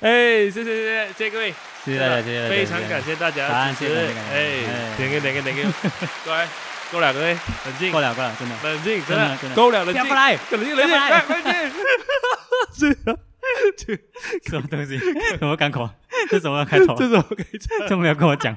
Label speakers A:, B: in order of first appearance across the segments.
A: 哎，谢谢谢谢谢谢各位，哎
B: 谢谢大家，谢谢大家，
A: 非常感谢大家
B: 答
A: 的
B: 案
A: 支
B: 谢谢
A: 持
B: 感谢感，谢
A: 哎
B: 哎，
A: 点个点个 点个，过来，够了各位，冷静
B: 过，了过了，真的，
A: 冷静，
B: 真的真
A: 的
B: 的
A: 够了，冷
B: 不
A: 静，
B: 要过来，
A: 冷静，冷静，
B: 不要过来
A: 哎冷静，这
B: 什么东西？ 什么港口？这什么 开头？
A: 这种可以唱。
B: 这没有跟我讲，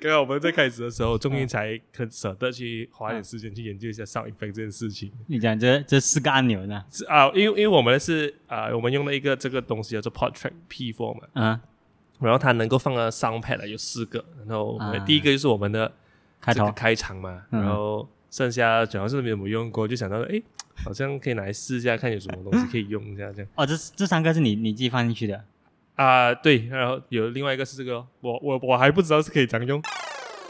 A: 刚刚我们在开始的时候，终于才肯舍得去花一点时间去研究一下 sound effect 这件事情。
B: 你讲这这四个按钮呢？
A: 是啊，因为因为我们是啊、我们用了一个这个东西叫做 Pod Track P4 嘛，
B: 嗯，
A: 然后它能够放的 sound pad 啊有四个，然后我们
B: 啊
A: 第一个就是我们的
B: 开
A: 这个
B: 头，
A: 开场嘛，
B: 嗯
A: 然后剩下主要是没有用过，就想到 哎，好像可以拿来试一下，看有什么东西可以用一下这样
B: 哦，这这三个是你你自己放进去的，
A: 啊、对，然后有另外一个是这个哦，我我我还不知道是可以怎样用，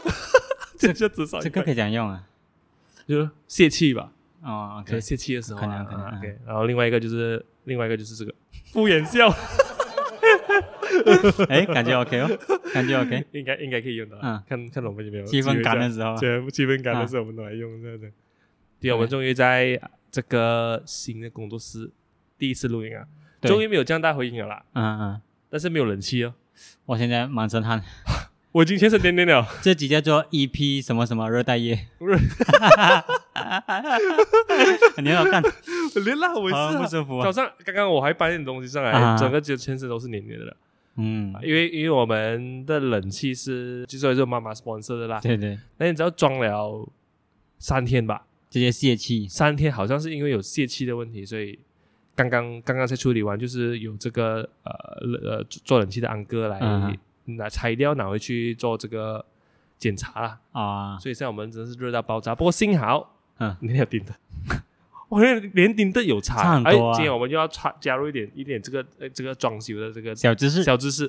A: 这就至少
B: 这个可以怎样用啊？
A: 就是泄气吧，
B: 哦
A: 可
B: ，OK，
A: 能泄气的时候啊、
B: 可能可能
A: 啊
B: 嗯
A: OK，然后另外一个就是另外一个就是这个敷衍笑，
B: 哎，感觉 OK 哦，感觉 OK，
A: 应该应该可以用到，
B: 嗯
A: 看看我们有没有
B: 积分感
A: 的
B: 的时候啊，
A: 对，气氛感的
B: 啊
A: 时候我们拿来用这样子。对，我们终于在这个新的工作室第一次录音啊，
B: 对
A: 终于没有这样大回音了啦，
B: 嗯嗯，
A: 但是没有冷气哦，
B: 我现在满身汗，
A: 我已经全身点点了，
B: 这集叫做 EP 什么什么热带夜，
A: 热
B: 你好干，
A: 连拉我一
B: 好不
A: 次啊。
B: 舒服
A: 早
B: 啊，
A: 上刚刚我还搬点东西上来，哎
B: 啊
A: 整个就全身都是黏黏的了，
B: 嗯，
A: 因为因为我们的冷气是据说是妈妈 sponsor 的啦，
B: 对对，
A: 那你只要装了三天吧，
B: 直接泄气，
A: 三天好像是因为有泄气的问题，所以刚刚刚刚才处理完，就是有这个呃呃做冷气的安哥来
B: 嗯
A: 拿拆掉，拿回去做这个检查啦。
B: 啊，
A: 所以现在我们真的是热到爆炸，不过幸好，
B: 嗯
A: 你有 顶的。我觉得连顶的有差，
B: 差很多啊
A: 哎今天我们就要插加入一点一点这个呃这个装修的这个
B: 小知识，
A: 小知识，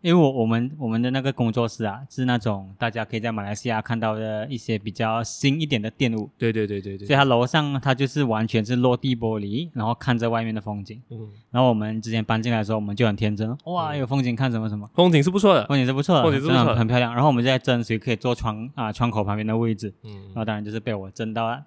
B: 因为我我们我们的那个工作室啊，是那种大家可以在马来西亚看到的一些比较新一点的店屋，
A: 对对对对对
B: 所以，它楼上它就是完全是落地玻璃，然后看着外面的风景。
A: 嗯，
B: 然后我们之前搬进来的时候，我们就很天真，哇，
A: 嗯
B: 有风景看什么什么，
A: 风景是不错的，
B: 风景是不错的，
A: 风景是不
B: 真的
A: 错的
B: 很很漂亮。然后我们就在争谁可以坐窗啊窗口旁边的位置，
A: 嗯
B: 然，后当然就是被我争到啊 了。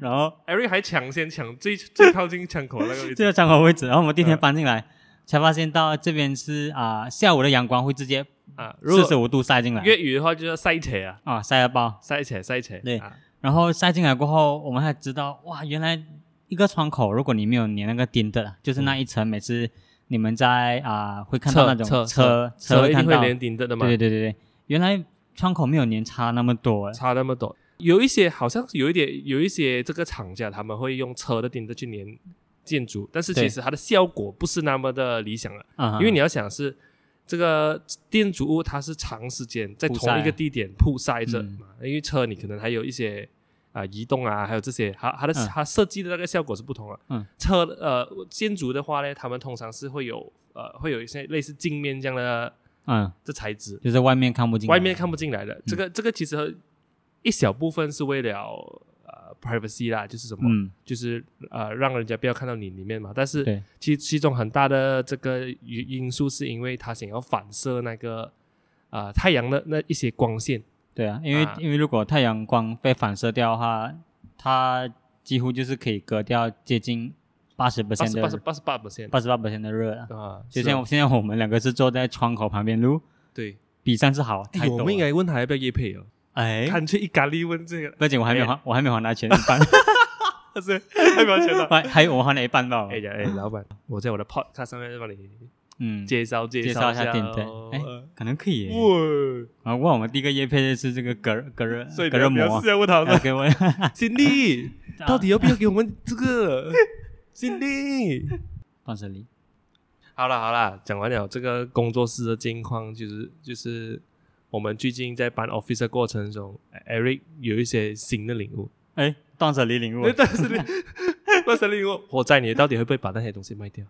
B: 然后
A: 艾瑞还抢先抢最最靠近窗口那个位
B: 这
A: 置，
B: 个窗口位置，然后我们第一天
A: 嗯
B: 搬进来，才发现到这边是啊、下午的阳光会直接
A: 啊，如
B: 四
A: 果
B: 十五度晒进来，
A: 粤语的话就叫塞车啊，
B: 啊晒到爆。
A: 塞车塞车。
B: 对
A: 啊
B: 然后塞进来过后，我们才知道，哇，原来一个窗口，如果你没有粘那个钉的，就是
A: 嗯
B: 那一层，每次你们在啊、会看到那种
A: 车
B: 车
A: 车
B: 车
A: 一
B: 会
A: 定
B: 看
A: 会
B: 到，对
A: 连顶的的嘛，
B: 对对对，原来窗口没有粘差那么多，哎
A: 差那么多。有一些好像是有一点，有一些这个厂家他们会用车的顶的去粘建筑，但是其
B: 对
A: 实它的效果不是那么的理想了，
B: 啊、
A: 嗯因为你要想是。这个建筑物它是长时间在
B: 曝
A: 同一
B: 晒
A: 个地点曝晒着
B: 嗯
A: 嘛，因为车你可能还有一些啊、移动啊，还有这些，它它的、
B: 嗯
A: 它设计的那个效果是不同了。
B: 嗯，
A: 车呃建筑的话呢，他们通常是会有呃会有一些类似镜面这样的
B: 嗯，
A: 这材质，
B: 就是外面看不进来，
A: 外面看不进来的。这个这个其实一小部分是为了呃 privacy 啦，就是什么，
B: 嗯，
A: 就是呃让人家不要看到你里面嘛。但是
B: 对，
A: 其其中很大的这个因因素是因为它想要反射那个呃太阳的那一些光线，
B: 对啊，因为、
A: 啊
B: 因为如果太阳光被反射掉的话，它几乎就是可以隔掉接近八十
A: 八十八十
B: 的
A: 八十八 percent
B: 八十八的热了。
A: 啊，
B: 就是
A: 啊
B: 像现在我们两个是坐在窗口旁边录，
A: 对。
B: 比上次好太
A: 哎，我
B: 多
A: 们应
B: 了。
A: 该问他要不要夜配哦，
B: 哎，
A: 干脆一咖喱问这 个，
B: 不仅我还没有
A: 哎
B: 还，我还没还他钱一 半，
A: 是太抱歉了。
B: 还还有我还了一半吧。
A: 哎呀，哎，老板，我在我的 podcast 上面帮你
B: 嗯，
A: 介绍介
B: 介绍一下
A: 下
B: 店对
A: 哦，
B: 哎
A: 呃
B: 可能可以耶。
A: 哇，
B: 啊，不过我们第一个叶配的是这个隔热隔热
A: 所以
B: 隔热膜，
A: 要问他
B: 啊 给我
A: 辛 力，到底要不要给我们这个？辛力，
B: 放这里。
A: 好了好了，讲完了这个工作室的近况，就是就是我们最近在搬 office 的过程中，Eric 有一些新的领悟。
B: 哎，断舍离领悟
A: 哎，但是你，但是领悟，我在你到底会不会把那些东西卖掉？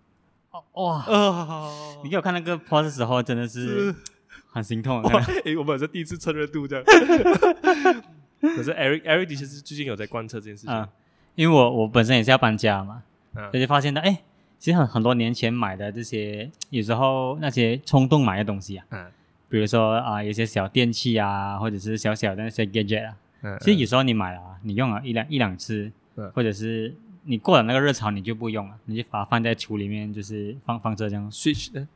B: 哇！
A: 啊
B: 你给我看那个 post 的时候，真的是很心痛。啊看 到
A: 哎，我们是第一次趁热度这样。 可是 Eric Eric 的确是最近有在贯彻这件事情。
B: 啊，因为我我本身也是要搬家嘛，
A: 嗯
B: 所以就发现到哎，其实很很多年前买的这些，有时候那些冲动买的东西啊，
A: 嗯
B: 比如说啊，有些小电器啊，或者是小小的那些 gadget 啊，
A: 嗯，
B: 其实有时候你买了啊，你用了一两一两次
A: 嗯，
B: 或者是你过了那个热潮，你就不用了，你就把它放在橱里面，就是放放着这样。
A: Switch 呢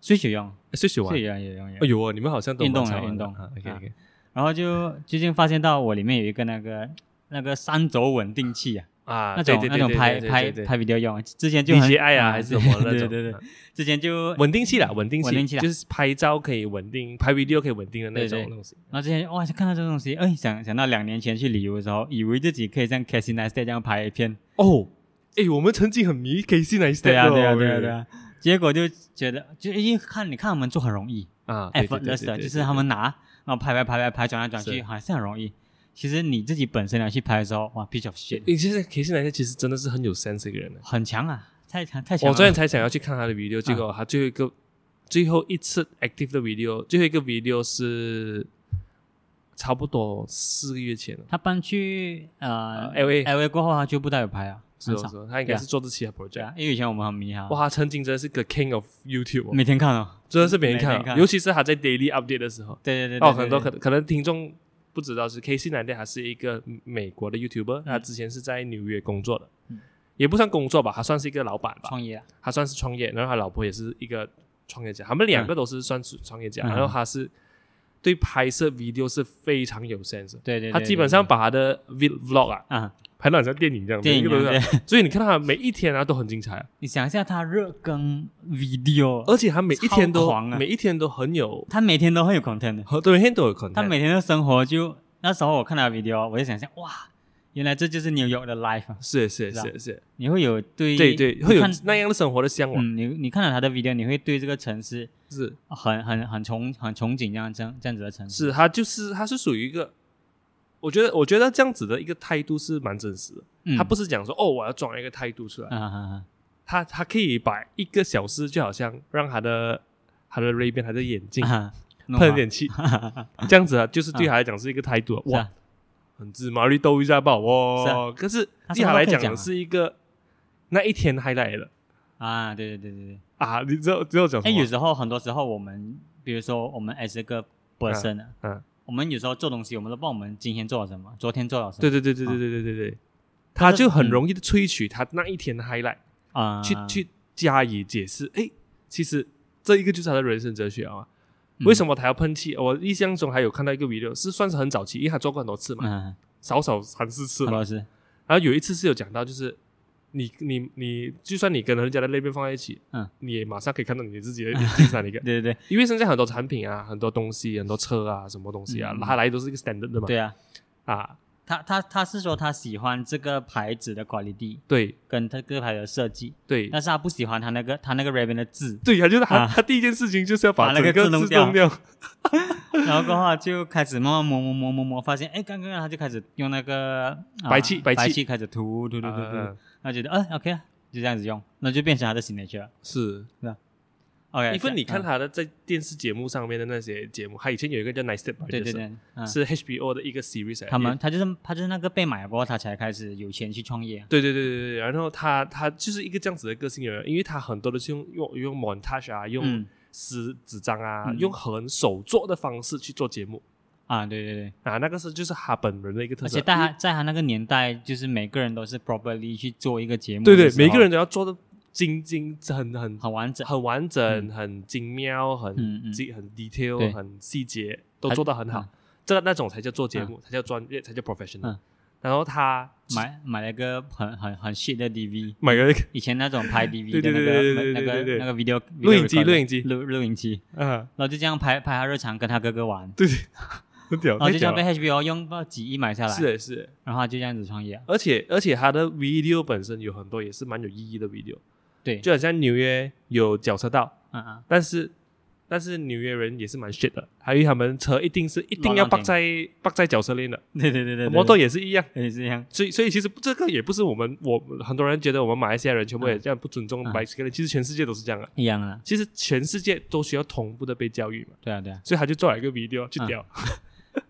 B: 睡雪用，
A: ？Switch 玩
B: 睡？雪用也用也
A: 哎
B: 用。
A: 呦哦，你们好像都
B: 运动
A: 蛮常
B: 啊
A: 玩的
B: 运动
A: 啊。OK OK，
B: 然后就最近发现到我里面有一个那个那个三轴稳定器啊，
A: 啊，
B: 那
A: 对
B: 种
A: 对
B: 那
A: 对
B: 种
A: 对
B: 拍
A: 对
B: 拍
A: 对对
B: 拍 video 用，之前就很
A: DJI 啊还是什么那种，
B: 对对对
A: 啊，
B: 之前就
A: 稳定器啦，稳定器，
B: 稳定器啦
A: 就是拍照可以稳定，拍 video 可以稳定的那
B: 对
A: 种
B: 对
A: 东西。
B: 然后之前哇，看到这种东西，哎，想想到两年前去旅游的时候，以为自己可以像 Casey Neistat 这样拍一片，
A: 哦，哎，我们曾经很迷 K C 来 step 哦
B: 对啊，对啊，对啊，对啊，结果就觉得，就因为看你看他们做很容易
A: 啊对对对对
B: ，effortless 哎的，
A: 对
B: 就是他们拿，然后拍拍拍拍拍，转来转
A: 是
B: 去，好像很容易。其实你自己本身来去拍的时候，哇，piece of shit，
A: 诶，现在 K C 来其实真的是很有 sense 一个人啊。
B: 很强啊，太强太强
A: 我
B: 了。
A: 昨天才想要去看他的 video，结果他最后一个、最后一次 active 的 video，最后一个 video 是差不多四个月前了。
B: 他搬去呃
A: 呃，LA
B: LA 过后，他就不带有拍啊，
A: 是
B: 很
A: 哦
B: 少
A: 是。哦，他应该是做这期的
B: 对
A: project。
B: 啊，因为以前我们很迷他，
A: 哇，他曾经真的是个 king of YouTube，、哦、
B: 每天看哦。
A: 真的是没人
B: 每
A: 看
B: 天
A: 啊，
B: 看
A: 尤其是他在 daily update 的时候。
B: 对对对，
A: 哦，
B: 对
A: 很多
B: 对
A: 可能可能听众不知道是 K C 奶奶，他是一个美国的 YouTuber，他之前是在纽约工作的，
B: 嗯
A: 也不算工作吧，他算是一个老板吧，
B: 创业啊，
A: 他算是创业，然后他老婆也是一个创业家，他们两个都是算是创业家，
B: 嗯
A: 然后他是对拍摄 video 是非常有 sense，的
B: 对对，对
A: 他基本上把他的 v vlog 啊
B: 对啊，
A: 拍到很像电影这样，
B: 电影
A: 每一个都
B: 啊
A: 是这样，所以你看他每一天啊都很精彩啊，
B: 你想一下，他热更 video，
A: 而且他每一天
B: 超
A: 都、
B: 狂啊
A: 每一天都很有，
B: 他每天都很有 content 的，
A: 很多哦天都有 content，
B: 他每天的生活就那时候我看他的 video，我就想象哇，原来这就是 New York 的 life，啊
A: 是是
B: 是啊
A: 是是，
B: 你会有对
A: 对对，
B: 你
A: 会有
B: 看
A: 那样的生活的向往。
B: 嗯，你你看了他的 video，你会对这个城市
A: 是
B: 很很很憧很憧憬这样这样这样子的城市，
A: 是，他就是他是属于一个，我觉得我觉得这样子的一个态度是蛮真实的。
B: 嗯
A: 他不是讲说哦，我要装一个态度出来，
B: 啊啊啊，
A: 他他可以把一个小时就好像让他的他的 Ray Ban 他的眼镜
B: 啊啊弄
A: 喷
B: 好
A: 点 气，这样子啊，就是对他来讲是一个态度啊，
B: 是
A: 哇
B: 啊，
A: 很自麻利兜一下吧，
B: 是
A: 哇，
B: 啊
A: 可是
B: 他
A: 对
B: 什么都
A: 来
B: 可以讲
A: 讲
B: 啊
A: 是一个那一天 high 来了
B: 啊，对对对对对。
A: 啊，你知道知道讲什
B: 哎，有
A: 么？
B: 时候很多时候我们，比如说我们 as 一个 person 啊，
A: 嗯
B: 我们有时候做东西，我们都不知道我们今天做了什么，昨天做了什么，
A: 对对对对对对对对对，他
B: 啊但是
A: 就很
B: 嗯
A: 容易的萃取他那一天 high 来。
B: 啊，
A: 去去加以解释。哎，其实这一个就是他的人生哲学啊。
B: 嗯
A: 为什么他要喷气？我印象中还有看到一个 video 是算是很早期，因为他做过很多次嘛，
B: 嗯，
A: 少少三四次
B: 很
A: 嘛。
B: 多是
A: 然后有一次是有讲到，就是你你你，就算你跟人家的那边放在一起，
B: 嗯，
A: 你也马上可以看到你自己的你是哪里一个。
B: 对对对
A: 因为现在很多产品啊，很多东西，很多车啊，什么东西啊，
B: 嗯
A: 它来都是一个 standard 的嘛。
B: 对啊，
A: 啊，
B: 他他他是说他喜欢这个牌子的 quality
A: 对
B: 跟他这个牌子的设计，
A: 对，
B: 但是他不喜欢他那个他那个 Raven 的字
A: 对，他就是他
B: 啊
A: 他第一件事情就是要把
B: 把那个
A: 整
B: 字弄
A: 自
B: 掉
A: 动 掉。
B: 然后的话就开始慢慢磨磨磨磨磨，发现哎，刚刚他就开始用那个啊
A: 白气白气
B: 白气开始涂涂涂涂涂，
A: 啊
B: 他觉得哎 OK 啊，就这样子用，那就变成他的 signature 了。
A: 是，
B: OK，嗯
A: 因为你看
B: 他，
A: 他的在电视节目上面的那些节目，他以前有一个叫 Nice Step，
B: 对对，对，嗯
A: 是 HBO 的一个 series 来的。
B: 他们他就是他就是那个被买过后，他才开始有钱去创业啊。
A: 对对对对对，然后他他就是一个这样子的个性人，因为他很多都是用用用 montage 啊，用
B: 嗯
A: 撕纸张啊，
B: 嗯
A: 用很手做的方式去做节目
B: 啊，对对对，
A: 啊，那个是就是他本人的一个特
B: 而
A: 色
B: 且。在他在他那个年代，就是每个人都是 properly 去做一个节目的
A: 对
B: 时候，
A: 对，每个人都要做的精精很很
B: 很完整。
A: 很完整、
B: 嗯
A: 很精妙、
B: 嗯
A: 很
B: 嗯
A: 精、很 detail、
B: 对
A: 很细节，都
B: 他
A: 做到很好
B: 嗯。
A: 这那种才叫做节目，才叫专业，才叫 professional
B: 嗯。
A: 然后他
B: 买买了一个很很很 shit 的 DV，
A: 买个
B: 以前那种 拍 DV
A: 对
B: 的
A: 对对
B: 那个
A: 对对
B: 那
A: 对对
B: 个那个 video
A: 录影机
B: video recorder，
A: 录影机
B: 录录影机，
A: 啊，
B: 然后就这样拍拍他日常跟他哥哥玩，
A: 对，很屌，
B: 然后
A: 太
B: 哦就这
A: 屌
B: 样被
A: 了。
B: HBO 用到几亿买下来，
A: 是的是的，
B: 然后他就这样子创业啊。
A: 而且而且他的 video 本身有很多也是蛮有意义的 video，
B: 对，
A: 就好像纽约有脚车道，
B: 嗯嗯，
A: 但是但是纽约人也是蛮 shit 的，还有他们车一定是一定要
B: 乱
A: 绑
B: 乱停
A: 在绑在脚车链的，
B: 对对对对，对
A: 摩托也是一样。
B: 也是这样，
A: 所以，所以其实这个也不是我们我很多人觉得我们马来西亚人全部也
B: 嗯
A: 这样不尊重
B: 嗯
A: bicycle，、其实全世界都是这样的。
B: 一样啊，
A: 其实全世界都需要同步的被教育嘛，
B: 对啊对啊。
A: 所以他就做了一个 video 去屌、
B: 嗯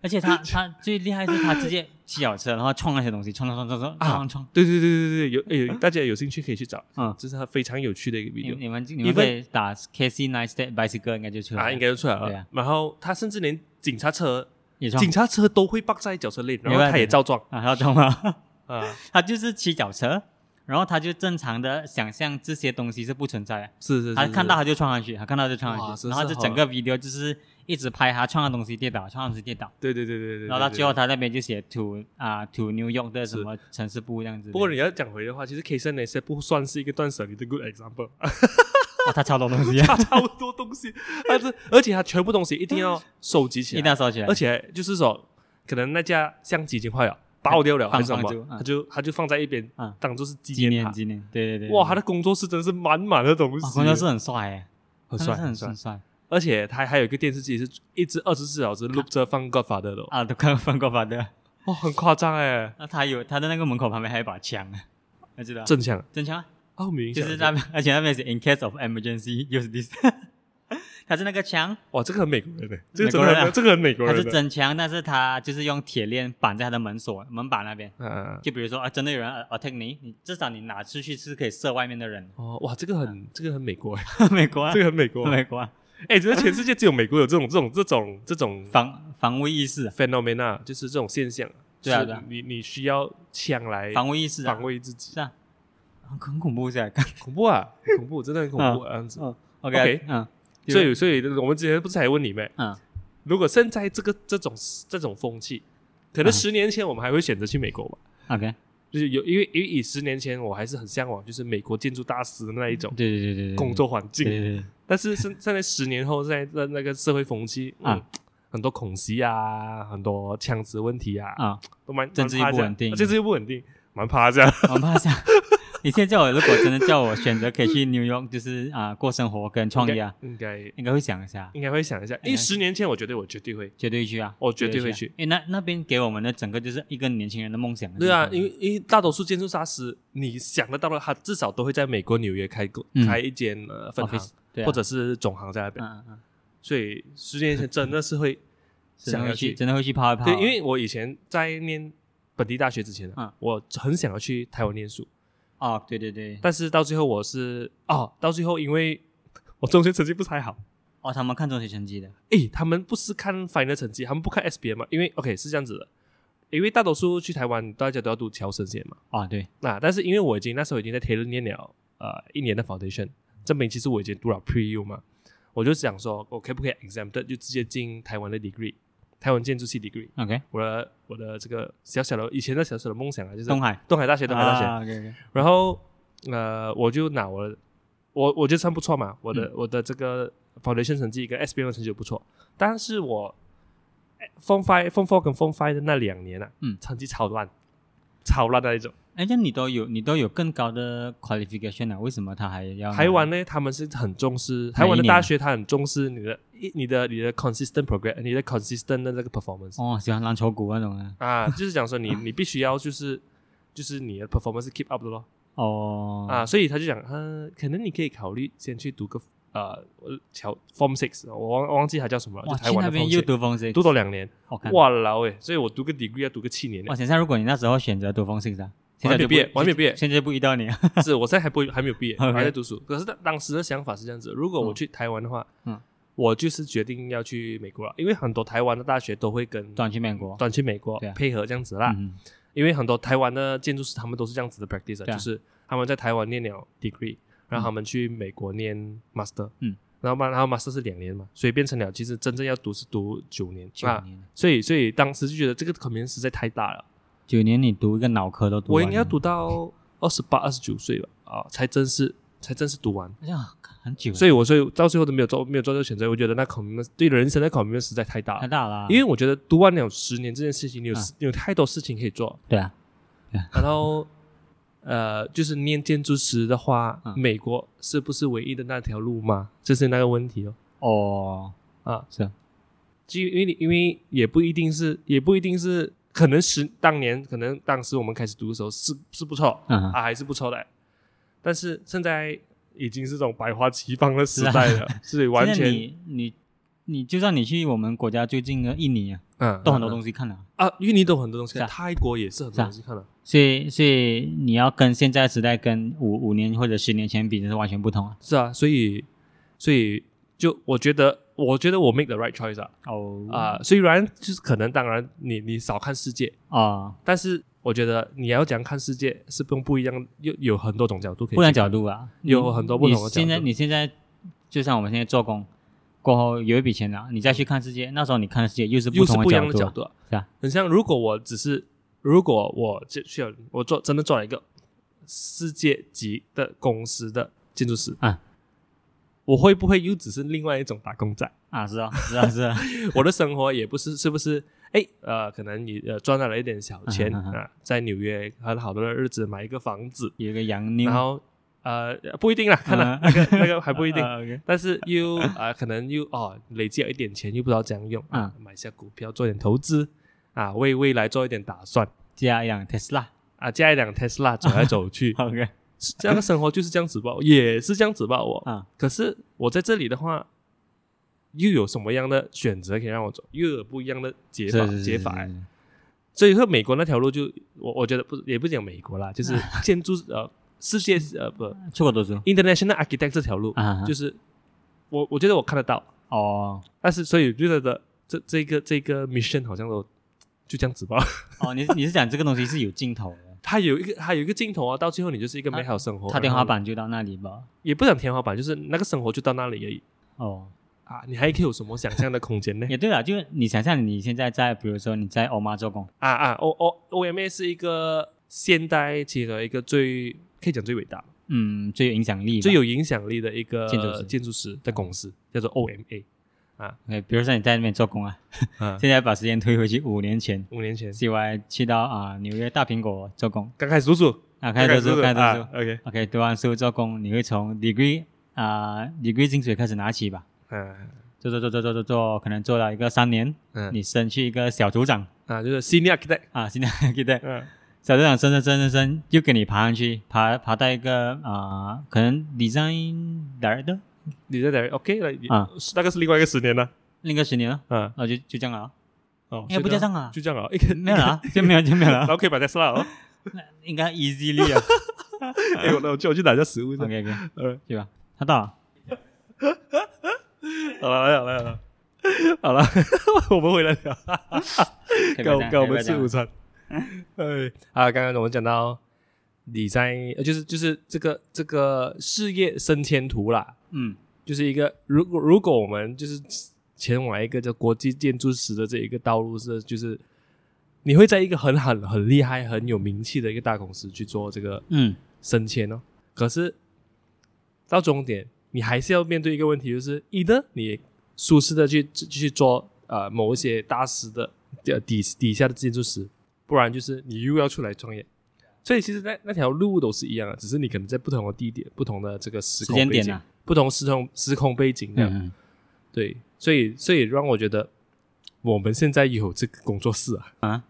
B: 而 且他他最厉害是他直接骑小车，然后撞那些东西，撞撞撞撞撞
A: 啊
B: 撞撞。，
A: 对对对对对，有有大家有兴趣可以去找，
B: 嗯
A: 这是他非常有趣的一个
B: 你
A: video
B: 你们你
A: 因为
B: 们可以打 K C Nice Step Bicycle 应该就出来了，
A: 啊，应该就出来了。
B: 嗯对啊
A: 然后他甚至连警察车、
B: 也撞
A: 警察车都会绑在脚车链，然后
B: 明白
A: 他也照撞
B: 啊，他撞了，
A: 啊，
B: 他就是骑脚车，然后他就正常的想象这些东西是不存在的，
A: 是是是，
B: 他
A: 是
B: 看到他就穿上去，他看到就
A: 哇
B: 穿上去，
A: 真
B: 然后
A: 是
B: 就
A: 好
B: 整个 video 就是一直拍他穿的东西跌倒，穿的东西跌倒，
A: 对对对对对，
B: 然后到
A: 对
B: 最后。他那边就写 to 啊 to New York 的什
A: 是
B: 么城市部这样子的。
A: 不过你要讲回的话，其实 K 森那些不算是一个断舍离的 good example，
B: 哇他超多东 西啊，
A: 超多东 西，但是而且他全部东西一定要收集起
B: 嗯一
A: 来
B: 定，要收起来
A: 而。且就是说，可能那架相机已经坏了，爆掉了还
B: 放
A: 是什
B: 放
A: 么
B: 住，嗯
A: 他就他就放在一边
B: 嗯，
A: 当做是纪
B: 纪
A: 念
B: 念
A: 塔。
B: 纪念，对对对。
A: 哇，他
B: 的
A: 的工作室真是满满的东西，
B: 工作室很帅哎，
A: 很
B: 他
A: 帅，
B: 真的
A: 很
B: 是
A: 帅
B: 很。帅
A: 而且他还有一个电视机是一直二十四小时 loop 着放 Godfather 的哦，
B: 啊，都看翻过版的。
A: 哇，很夸张哎，
B: 那他有他的那个门口旁边还有一把枪啊，还记得啊？
A: 真强
B: 真枪啊，
A: 哦，没印
B: 就
A: 象
B: 是那边， 而且那边是 in case of emergency use this，他是那个枪，
A: 哇，这个很美国人哎，这个
B: 美
A: 真
B: 国
A: 的
B: 人啊
A: 很这个很美国
B: 他
A: 人
B: 是
A: 的，
B: 真枪，但是他就是用铁链绑在他的门锁门把那边。
A: 嗯嗯，嗯。
B: 就比如说啊，真的有人呃 attack 你，你至少你拿出去是可以射外面的人
A: 哦，哇，这个很这个很美国哎，
B: 美国啊
A: 这，个很美国，
B: 美国啊，
A: 哎，真的全世界只有美国有这种这种这种这种
B: 防防卫意识啊，
A: phenomena，就是这种现象。
B: 对啊
A: 就是
B: 对啊
A: 你你需要枪来
B: 防卫意识啊
A: 防，卫自己，
B: 是啊，很很恐怖是啊，看
A: 恐怖啊，很恐怖，真的很恐怖、啊、这样子。
B: 嗯
A: OK
B: 嗯，
A: 所以所以我们之前不是还问你们，
B: 嗯，
A: 如果现在这个这种这种风气，可能
B: 嗯
A: 十年前我们还会选择去美国吧，
B: OK，
A: 就是有因为因为以十年前我还是很向往就是美国建筑大师的那一种
B: 对对对对对，
A: 工作环
B: 对
A: 境，
B: 嗯对对，
A: 但是现现在十年后，现在的那个社会风气嗯
B: 啊
A: 很多恐袭啊，很多枪支问题啊，
B: 啊，
A: 都蛮
B: 政治
A: 蛮怕
B: 又不
A: 这样
B: 稳定
A: 啊政治又不稳定，蛮趴这样。
B: 我怕想， 你现在叫我，如果真的叫我选择可以去 New York，就是啊、过生活跟创业啊，哎
A: 应该应该
B: 应该会想一下，
A: 应该会想一下，因为十年前我觉得我绝对会，
B: 绝对去啊，
A: 我哦绝对会
B: 啊
A: 去。
B: 因为那那边给我们的整个就是一个年轻人的梦想的地
A: 对
B: 方。
A: 啊，因为因为大多数建筑大师，你想得到的，他至少都会在美国纽约开个
B: 嗯
A: 开一间呃分行
B: Office，对啊
A: 或者是总行在那边
B: 嗯，嗯嗯，
A: 所以十年前真的是会
B: 真
A: 想
B: 的
A: 要
B: 会去，
A: 去。
B: 真的会去泡一泡啊。
A: 对，因为我以前在念本地大学之前
B: 嗯
A: 啊，我很想要去台湾念书，
B: 哦，对对对，
A: 但是到最后我是哦，到最后因为我中学成绩不太好，
B: 哦，他们看中学成绩的，
A: 诶，他们不是看 final 成绩，他们不看 SBA 嘛？因为 OK 是这样子的，因为大多数去台湾大家都要读侨生先嘛。
B: 哦，对，
A: 那、但是因为我已经那时候已经在 Taylor 念了呃一年的 foundation，证明其实我已经读了 pre U 嘛，我就想说我可不可以 exempted 就直接进台湾的 degree，台湾建筑系 degree。
B: ，OK，
A: 我的我的这个小小的以前的小小的梦想啊，就是
B: 东海，
A: 东海大学，东海大学。
B: 啊，OK，OK，
A: 然后呃，我就拿我的，我我觉得算不错嘛，我
B: 嗯
A: 的、我的这个 foundation 成绩跟 S B M 成绩都不错，但是我 Form Five、Form Four 跟 Form Five 的那两年啊，
B: 嗯
A: 成绩超烂，超烂那一种。
B: 哎，这样你都有，你都有更高的 qualification 啊了，为什么他还要拿
A: 台湾呢，他们是很重视台湾的大学，他很重视你的一你的你的 consistent progress，你的 consistent 的那个 performance、
B: 哦，喜欢篮球股那种啊？
A: 啊，就是讲说你你必须要就是。就是你的 performance 是 keep up 的咯，
B: 哦，
A: 啊，所以他就讲，呃，可能你可以考虑先去读个呃乔 Form Six，我哦忘我忘记他叫什么了，
B: 哇，
A: 就台
B: 去
A: 湾
B: 那
A: 的 Form
B: 边又
A: Six，
B: 读风 six，
A: 读多两年，
B: 好看。
A: 哇老诶，所以我读个 degree 要读个七年
B: 哇，
A: 呢，
B: 想象如果你那时候选择读风信的，现在
A: 还没
B: 就
A: 有
B: 不
A: 毕业，我还没有毕业，
B: 现在就不遇到你啊。
A: 是我现在还不还没有毕业，我
B: OK
A: 还在读书。可是当当时的想法是这样子，如果我去台湾的话，
B: 嗯，
A: 我就是决定要去美国了，因为很多台湾的大学都会跟
B: 转去美国，
A: 短去美国
B: 对啊
A: 配合这样子啦，
B: 嗯，
A: 因为很多台湾的建筑师他们都是这样子的 practice，、
B: 对啊
A: 就是他们在台湾念了 degree，然后他们去美国念 master，
B: 嗯，
A: 然后嘛，然后 master 是两年嘛，所以变成了其实真正要读是读九年
B: 九
A: 啊，
B: 年，
A: 所以所以当时就觉得这个 commitment 实在太大了，
B: 九年你读一个脑科都读，
A: 我应该要，读到二十八、二十九岁吧，啊，才正式才正式读完，
B: 哎呀，很久，
A: 所以我所以到最后都没有做没有做这个选择，我觉得那 commitment 对人生的 commitment 实在太大
B: 太
A: 了，
B: 大了啊，
A: 因为我觉得读完了十年这件事情，你有、
B: 啊
A: 你有太多事情可以做，
B: 对啊，
A: 然后呃，就是念建筑师的话，
B: 嗯
A: 美国是不是唯一的那条路吗？这是那个问题哦。
B: 哦，
A: 啊，
B: 是
A: 就因为你因为也不一定是，也不一定是，可能是当年，可能当时我们开始读的时候是是不错、
B: 嗯
A: 啊，还是不错的，但是现在已经是这种百花齐放的时代 了，所以完
B: 啊现在
A: 全
B: 你你你，就算你去我们国家最近的印尼啊，
A: 嗯
B: 都很多
A: 嗯
B: 东西看啊，
A: 啊，印尼都有很多东西看，
B: 是
A: 泰国也是很
B: 是
A: 多
B: 啊
A: 东西看的，
B: 所以所以你要跟现在时代跟五五年或者十年前比，就是完全不同啊。
A: 是啊，所以所以就我觉得，我觉得我 make the right choice 啊。
B: 哦
A: 啊、虽然就是可能，当然你你少看世界，
B: 啊，
A: 但是我觉得你要讲看世界是不用不一样，有有很多种角度可以去看。
B: 不同角度啊，
A: 有
B: 你
A: 很多不同的
B: 你
A: 角
B: 现在
A: 度
B: 你现在就像我们现在做工过后有一笔钱拿，你再去看世界，那时候你看的世界又是
A: 又是
B: 同
A: 不一样的
B: 角
A: 角
B: 度
A: 度啊。
B: 是啊
A: 很像，如果我只是，如果我就去了，我做真的做了一个世界级的公司的建筑师
B: 啊，
A: 我会不会又只是另外一种打工 仔？
B: 啊啊，是啊，是啊，是啊，
A: 我的生活也不是，是不是？哎，呃，可能你呃赚到了一点小钱
B: 嗯嗯嗯
A: 啊，在纽约很好的日子买一个房子，
B: 有一个 洋妞，
A: 然后呃不一定啦，看了
B: 嗯
A: 那个 那个还不一定，
B: 啊，OK
A: 但是又啊、可能又哦，累积了一点钱，又不知道怎样用
B: 嗯
A: 啊，买下股票做点投资啊，为未来做一点打算
B: 加一辆 Tesla，OK，，
A: 啊，加一辆 Tesla 走来走去 是这样的生活就是这样子吧， 也是这样子吧我。
B: 啊
A: 可是我在这里的话，又有什么样的选择可以让我走？又有不一样的解法
B: 是是是
A: 解法、
B: 是
A: 欸
B: 是是
A: 所以说美国那条路就我我觉得不也不讲美国啦，就是 建筑呃世界呃不
B: 出国读书
A: international architect 这条路，
B: 啊，
A: 就是是我我觉得我看得到。
B: 哦
A: 但是所以就觉得这这个这个 mission 好像都就这样子吧。
B: 哦，你 你是讲这个东西是有尽头的，
A: 它有一个它有一个尽头啊，到最后你就是一个美好生活。
B: 它天花
A: 然后
B: 板就到那里吧，
A: 也不讲天花板，就是那个生活就到那里而已
B: 哦，？
A: 啊，你还可以有什么想象的空间呢
B: 也对了，就是你想象你现在在，比如说你在欧妈做工，
A: 啊啊，O O O M A 是一个现代结合一个最可以讲最伟大、
B: 嗯，最有影响力吧，
A: 最有影响力的一个
B: 建筑师
A: 建筑师的公司，叫做 O M A
B: OK，比如说你在那边做工啊，
A: 啊，
B: 现在把时间推回去五年前
A: 五年前
B: ，CY 去到啊、纽约大苹果做工
A: 刚开始读书，
B: 啊，开始读书，开始读书
A: 啊。，OK，
B: OK，读完书做工，你会从 degree 啊、degree 薪水开始拿起吧，
A: 嗯
B: 做做做做做做做，可能做到一个三年，
A: 嗯
B: 你升去一个小组长
A: 啊，就是 senior architect，
B: 啊，现在对对，
A: 嗯
B: 小组长升升升升升，又给你爬上去，爬爬到一个啊、可能 design director
A: 你在哪 OK 了，
B: 啊，
A: 那个是另外一个十年了，
B: 另一个十年了，
A: 嗯。
B: 啊，就就这样了，
A: 哦，
B: 应该不
A: 就
B: 加
A: 这样，
B: 上啊，
A: 就这样啊， 一个
B: 没有了啊，就没有就没有了
A: 然
B: 啊，
A: 后可以把 Tesla 哦，
B: 应该 easily 啊。
A: 哎，我我去我去拿一下食物去，
B: OK OK，
A: 呃，
B: 对吧？他到了，
A: 好了好了好了好了， 我们回来聊，
B: 跟
A: 跟跟我们吃午 餐。哎，啊，刚刚我们讲到你在，呃就是就是这个这个事业升迁图啦，
B: 嗯，
A: 就是一个如果如果我们就是前往一个叫国际建筑师的这一个道路是，就是你会在一个很很很厉害、很有名气的一个大公司去做这个
B: 嗯，
A: 升迁哦。可是到终点，你还是要面对一个问题，就是一呢，你舒适的去去去做呃某一些大师的呃底底下的建筑师，不然就是你又要出来创业。所以其实那那条路都是一样的，只是你可能在不同的地点、不同的这个时
B: 时
A: 空
B: 间
A: 背
B: 点
A: 景、
B: 啊，
A: 不同时空时空背景这样。
B: 嗯，
A: 对，所以所以让我觉得我们现在有这个工作室啊，
B: 啊，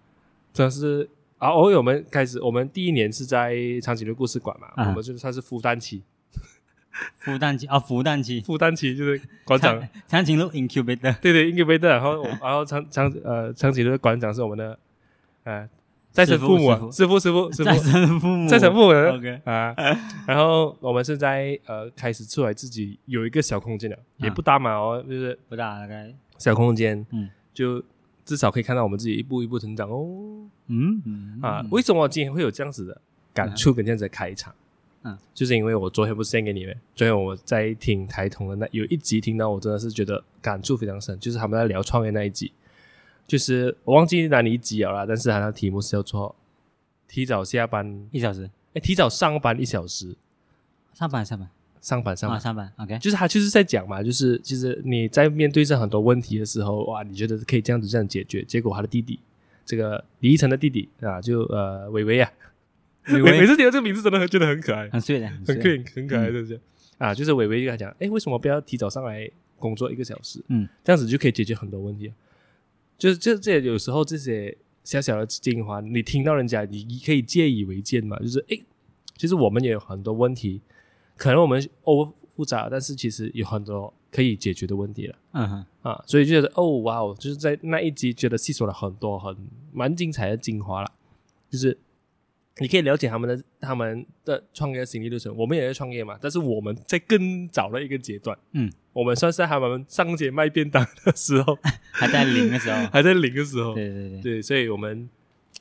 A: 真的是啊，偶尔我们开始，我们第一年是在长颈鹿故事馆嘛，
B: 啊
A: 我们就算是孵蛋期，
B: 孵蛋期啊，孵蛋期，
A: 孵蛋期就是馆长，
B: 长长颈鹿 incubator
A: 对对 i n c u b a t o 然后我然后长长呃长颈鹿的馆长是我们的呃再生
B: 师
A: 父
B: 父
A: 母啊，师傅师傅师傅
B: 再生父 母，
A: 再生父母啊
B: OK，
A: 啊，然后我们是在呃开始出来自己有一个小空间了，也
B: 啊
A: 不大嘛哦，就是
B: 不大大概，
A: 小空间，
B: 嗯，
A: 就至少可以看到我们自己一步一步成长哦。
B: 嗯嗯
A: 啊，为什么我今天会有这样子的感触跟这样子的开场？
B: 嗯，
A: 就是因为我昨天不是献给你们，昨天我在听台同的那有一集听到，我真的是觉得感触非常深，就是他们在聊创业那一集，就是我忘记哪里一集了啦，但是它的题目是叫做“提早下班
B: 一小时，”，
A: 哎，提早上班一小时，
B: 上班上班
A: 上班上
B: 啊，
A: 班。
B: 上班 OK，
A: 就是他就是在讲嘛，就是其实你在面对这很多问题的时候，哇，你觉得可以这样子这样解决，结果他的弟弟，这个李依晨的弟弟啊，就呃伟伟啊，
B: 伟
A: 每 每
B: 伟
A: 次听到这个名字真的很觉得很可爱，
B: 很碎的，
A: 很
B: 碎的，
A: 可很可爱，对不对？啊，就是伟伟就跟他讲，哎，为什么不要提早上来工作一个小时？
B: 嗯，
A: 这样子就可以解决很多问题啊。就是这这有时候这些小小的精华，你听到人家，你可以借以为鉴嘛。就是哎，其实我们也有很多问题，可能我们 over 复杂，但是其实有很多可以解决的问题了。
B: 嗯哼，
A: 啊，所以就觉得哦哇哦，就是在那一集觉得细数了很多很蛮精彩的精华啦，就是你可以了解他们的他们的创业心理历程。我们也在创业嘛，但是我们在更早的一个阶段，
B: 嗯，
A: 我们算是在他们上街卖便当的时候，
B: 还在零的时候
A: 哦，还在零的时候，
B: 对对对，
A: 对，所以我们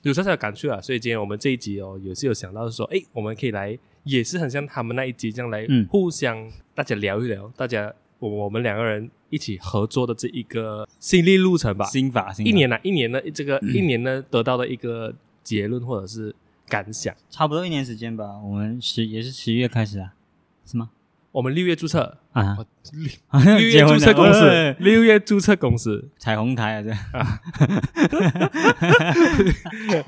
A: 有小小的感触啊。所以今天我们这一集哦，也是有想到说，哎，我们可以来，也是很像他们那一集这样来
B: 嗯
A: 互相大家聊一聊，大家我我们两个人一起合作的这一个心历路程吧。
B: 心啊嗯法，心法
A: 一年来、啊一年的这个、一年呢得到的一个结论或者是感想。
B: 差不多一年时间吧。我们十也是十一月开始啊，是吗？
A: 我们六月注册，
B: 啊，
A: 哦六
B: 结
A: 月
B: 婚
A: 注册
B: 了
A: 公司
B: 喂，
A: 六月注册公司，
B: 彩虹台啊，这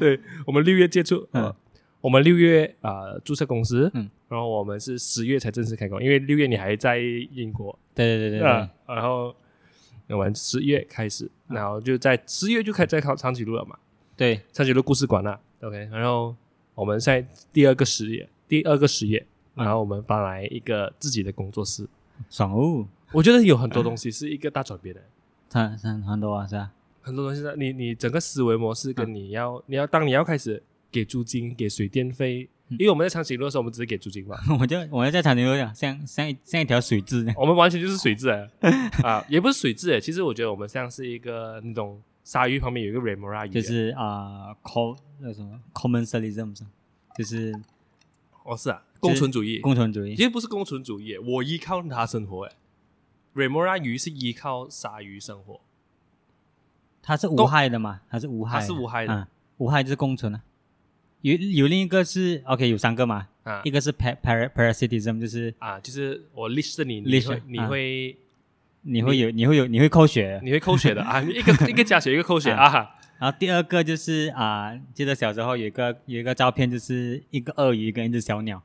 A: 对我们六月接触，
B: 嗯
A: 呃我们六月啊、呃注册公司，
B: 嗯
A: 然后我们是十月才正式开工，因为六月你还在英国，
B: 对对对对
A: 啊
B: 对，
A: 然后我们十月开始，
B: 嗯
A: 然后就在十月就开始在考长颈鹿了嘛，
B: 对，
A: 长颈鹿故事馆啦，OK，然后我们在第二个十月，第二个十月，
B: 嗯
A: 然后我们搬来一个自己的工作室，
B: 爽哦，
A: 我觉得有很多东 西是一个大转变的。
B: 很很很多啊，是啊，
A: 很多东西是你你整个思维模式
B: 嗯
A: 跟你要、你要当你要开始给租金给水电费，
B: 嗯
A: 因为我们在长颈鹿的时候我们只是给租金嘛，
B: 我就我要在长颈鹿讲，像像一像一条水蛭这样，
A: 我们完全就是水质 啊啊，也不是水质诶，其实我觉得我们像是一个那种鲨鱼旁边有一个 remora 鱼，
B: 就是啊，co 那什么 commercialism，就是
A: 哦是啊，共存主义，
B: 共存主义
A: 其，实不是共存主义，我依靠它生活诶。remora 鱼是依靠鲨鱼生活，
B: 它是无
A: 都
B: 害的嘛？它是无害，
A: 它是无害的
B: 嗯，无害就是共存啊。有有另一个是 OK，有三个嘛，
A: 啊
B: 一个是 par par parasitism，就是
A: 啊，就是我 leash 你，你
B: leash，
A: 会你
B: 啊
A: 会、
B: 你会有你会有你会扣血，
A: 你会扣血的啊，你一个一个加血一个扣血
B: 啊
A: 啊
B: 然后第二个就是啊，记得小时候有一个有一个照片，就是一个鳄鱼跟一只小鸟，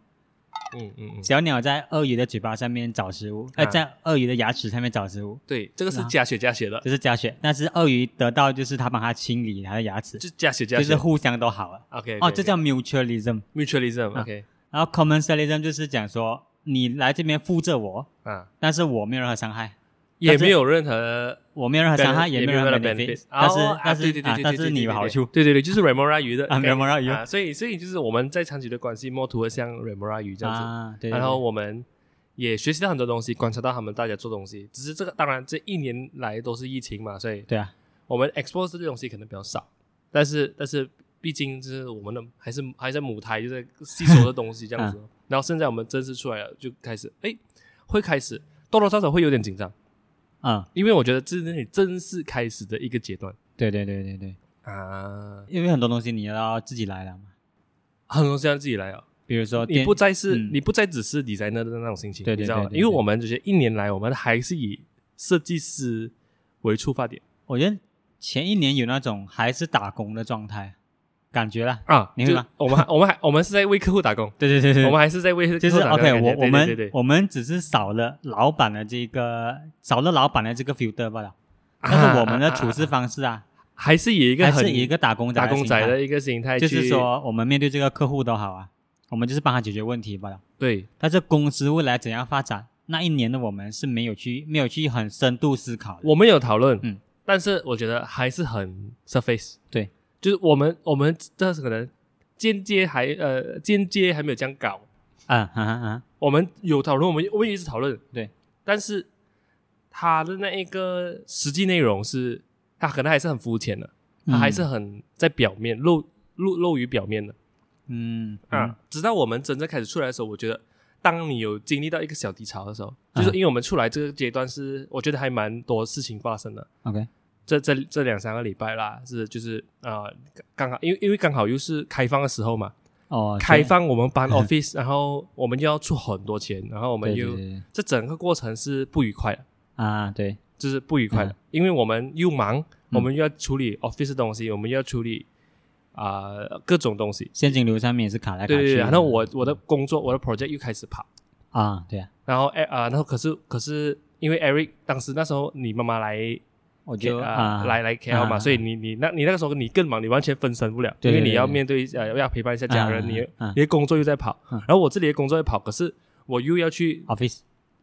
A: 嗯嗯嗯，
B: 小鸟在鳄鱼的嘴巴上面找食物，呃，
A: 啊
B: 在鳄鱼的牙齿上面找食物，
A: 对，这个是
B: 啊
A: 加血加血的，
B: 就是加血。但是鳄鱼得到就是它帮它清理它的牙齿，
A: 就加血加
B: 就
A: 血，
B: 是互相都好了。
A: OK，,
B: 哦，这叫 mutualism。
A: mutualism
B: 啊
A: OK
B: 然后 commercialism 就是讲说你来这边附着我，
A: 啊，
B: 但是我没有任何伤害，
A: 也没有任何
B: 我没有任何伤害，
A: 也
B: 啊也没有任
A: 任
B: 何
A: 何
B: benefit，
A: benefit，
B: 但是
A: 哦啊
B: 但
A: 对对
B: 是
A: 对
B: 啊
A: 对，
B: 但
A: 对
B: 是
A: 对
B: 你有
A: 对
B: 好
A: 对
B: 处
A: 对对对，就是 remora 鱼的概
B: 啊
A: 念
B: remora 鱼
A: 啊，所以所以就是我们在长期的关系，墨图会像 remora 鱼这样子，
B: 啊，对。对
A: 然后
B: 对
A: 我们。也学习到很多东西，观察到他们大家做东西。只是这个，当然这一年来都是疫情嘛，所以
B: 对啊，
A: 我们 expose 这东西可能比较少。但是，但是毕竟就是我们的还是还在母胎，就是吸收的东西这 样子哦。
B: 嗯
A: 然后现在我们正式出来了，就开始哎，会开始多多少少会有点紧张，
B: 嗯，
A: 因为我觉得这是你正式开始的一个阶段
B: 对对对对对，
A: 啊，
B: 因为很多东西你要自己来了嘛，
A: 很多东西要自己来哦。
B: 比如说
A: 你
B: 电
A: 不再是、
B: 嗯
A: 你不再只是 designer 的那种心情，
B: 对对
A: 你知道吗
B: 对？对
A: 因为我们这些一年来，我们还是以设计师为出发点
B: 我觉得前一年有那种还是打工的状态，感觉啦。
A: 啊，
B: 明白
A: 就
B: 吗
A: 我们还我们还我们是在为客户打工，
B: 对对对对，
A: 我们还是在为
B: 就
A: 客户
B: 是
A: 打工的
B: OK，
A: 感觉。
B: 我我
A: 对
B: 们
A: 对对对
B: 我们只是少了老板的这个少了老板的这个 filter 罢了，
A: 啊
B: 但是我们的
A: 啊啊
B: 处事方式啊，
A: 还是以一个
B: 还
A: 很
B: 是以一个打工仔
A: 打工
B: 心
A: 仔
B: 态
A: 的一个心态去，
B: 就是说我们面对这个客户都好啊，我们就是帮他解决问题罢了。
A: 对
B: 但是公司未来怎样发展，那一年的我们是没有去没有去很深度思考的。
A: 我们有讨论，
B: 嗯，
A: 但是我觉得还是很 surface，
B: 对，
A: 就是我们我们这是可能间接还呃间接还没有这样搞，
B: 啊哈哈哈，
A: 我们有讨论，我们我们也一直讨论，
B: 对，
A: 但是他的那一个实际内容是，他可能还是很肤浅的，他还是很在表面露露露于表面的。
B: 嗯嗯
A: 啊，直到我们真正开始出来的时候，我觉得，当你有经历到一个小低潮的时候，
B: 嗯
A: 就是因为我们出来这个阶段是，我觉得还蛮多事情发生的。
B: ，OK，
A: 这这这两三个礼拜啦，是就是啊、呃刚好因为因为刚好又是开放的时候嘛，
B: 哦，
A: 开
B: 对
A: 放我们搬 office，然后我们又要出很多钱，然后我们
B: 对对
A: 又
B: 对对
A: 这整个过程是不愉快的，
B: 啊，对，
A: 就是不愉快的，
B: 嗯
A: 因为我们又忙，我们又要处理 office 的东西，我们又要处理啊、呃各种东西，
B: 现金流上面也是卡来卡去
A: 对
B: 啊的。嗯
A: 对对，然后我我的工作我的 project 又开始跑。
B: 啊，对啊，
A: 然后哎啊、然后可是可是因为 Eric 当时那时候你妈妈来
B: 我
A: K
B: 就
A: 啊、
B: 啊
A: 来来 KL 嘛，
B: 啊
A: 所以你你那你那个时候你更忙，你完全分身不了，
B: 对
A: 因
B: 对
A: 为
B: 对
A: 你要
B: 对
A: 面对呃要陪伴一下家人，
B: 啊
A: 你
B: 啊
A: 你的工作又在跑，
B: 嗯
A: 然后我这里的工作在跑，可是我又要去
B: office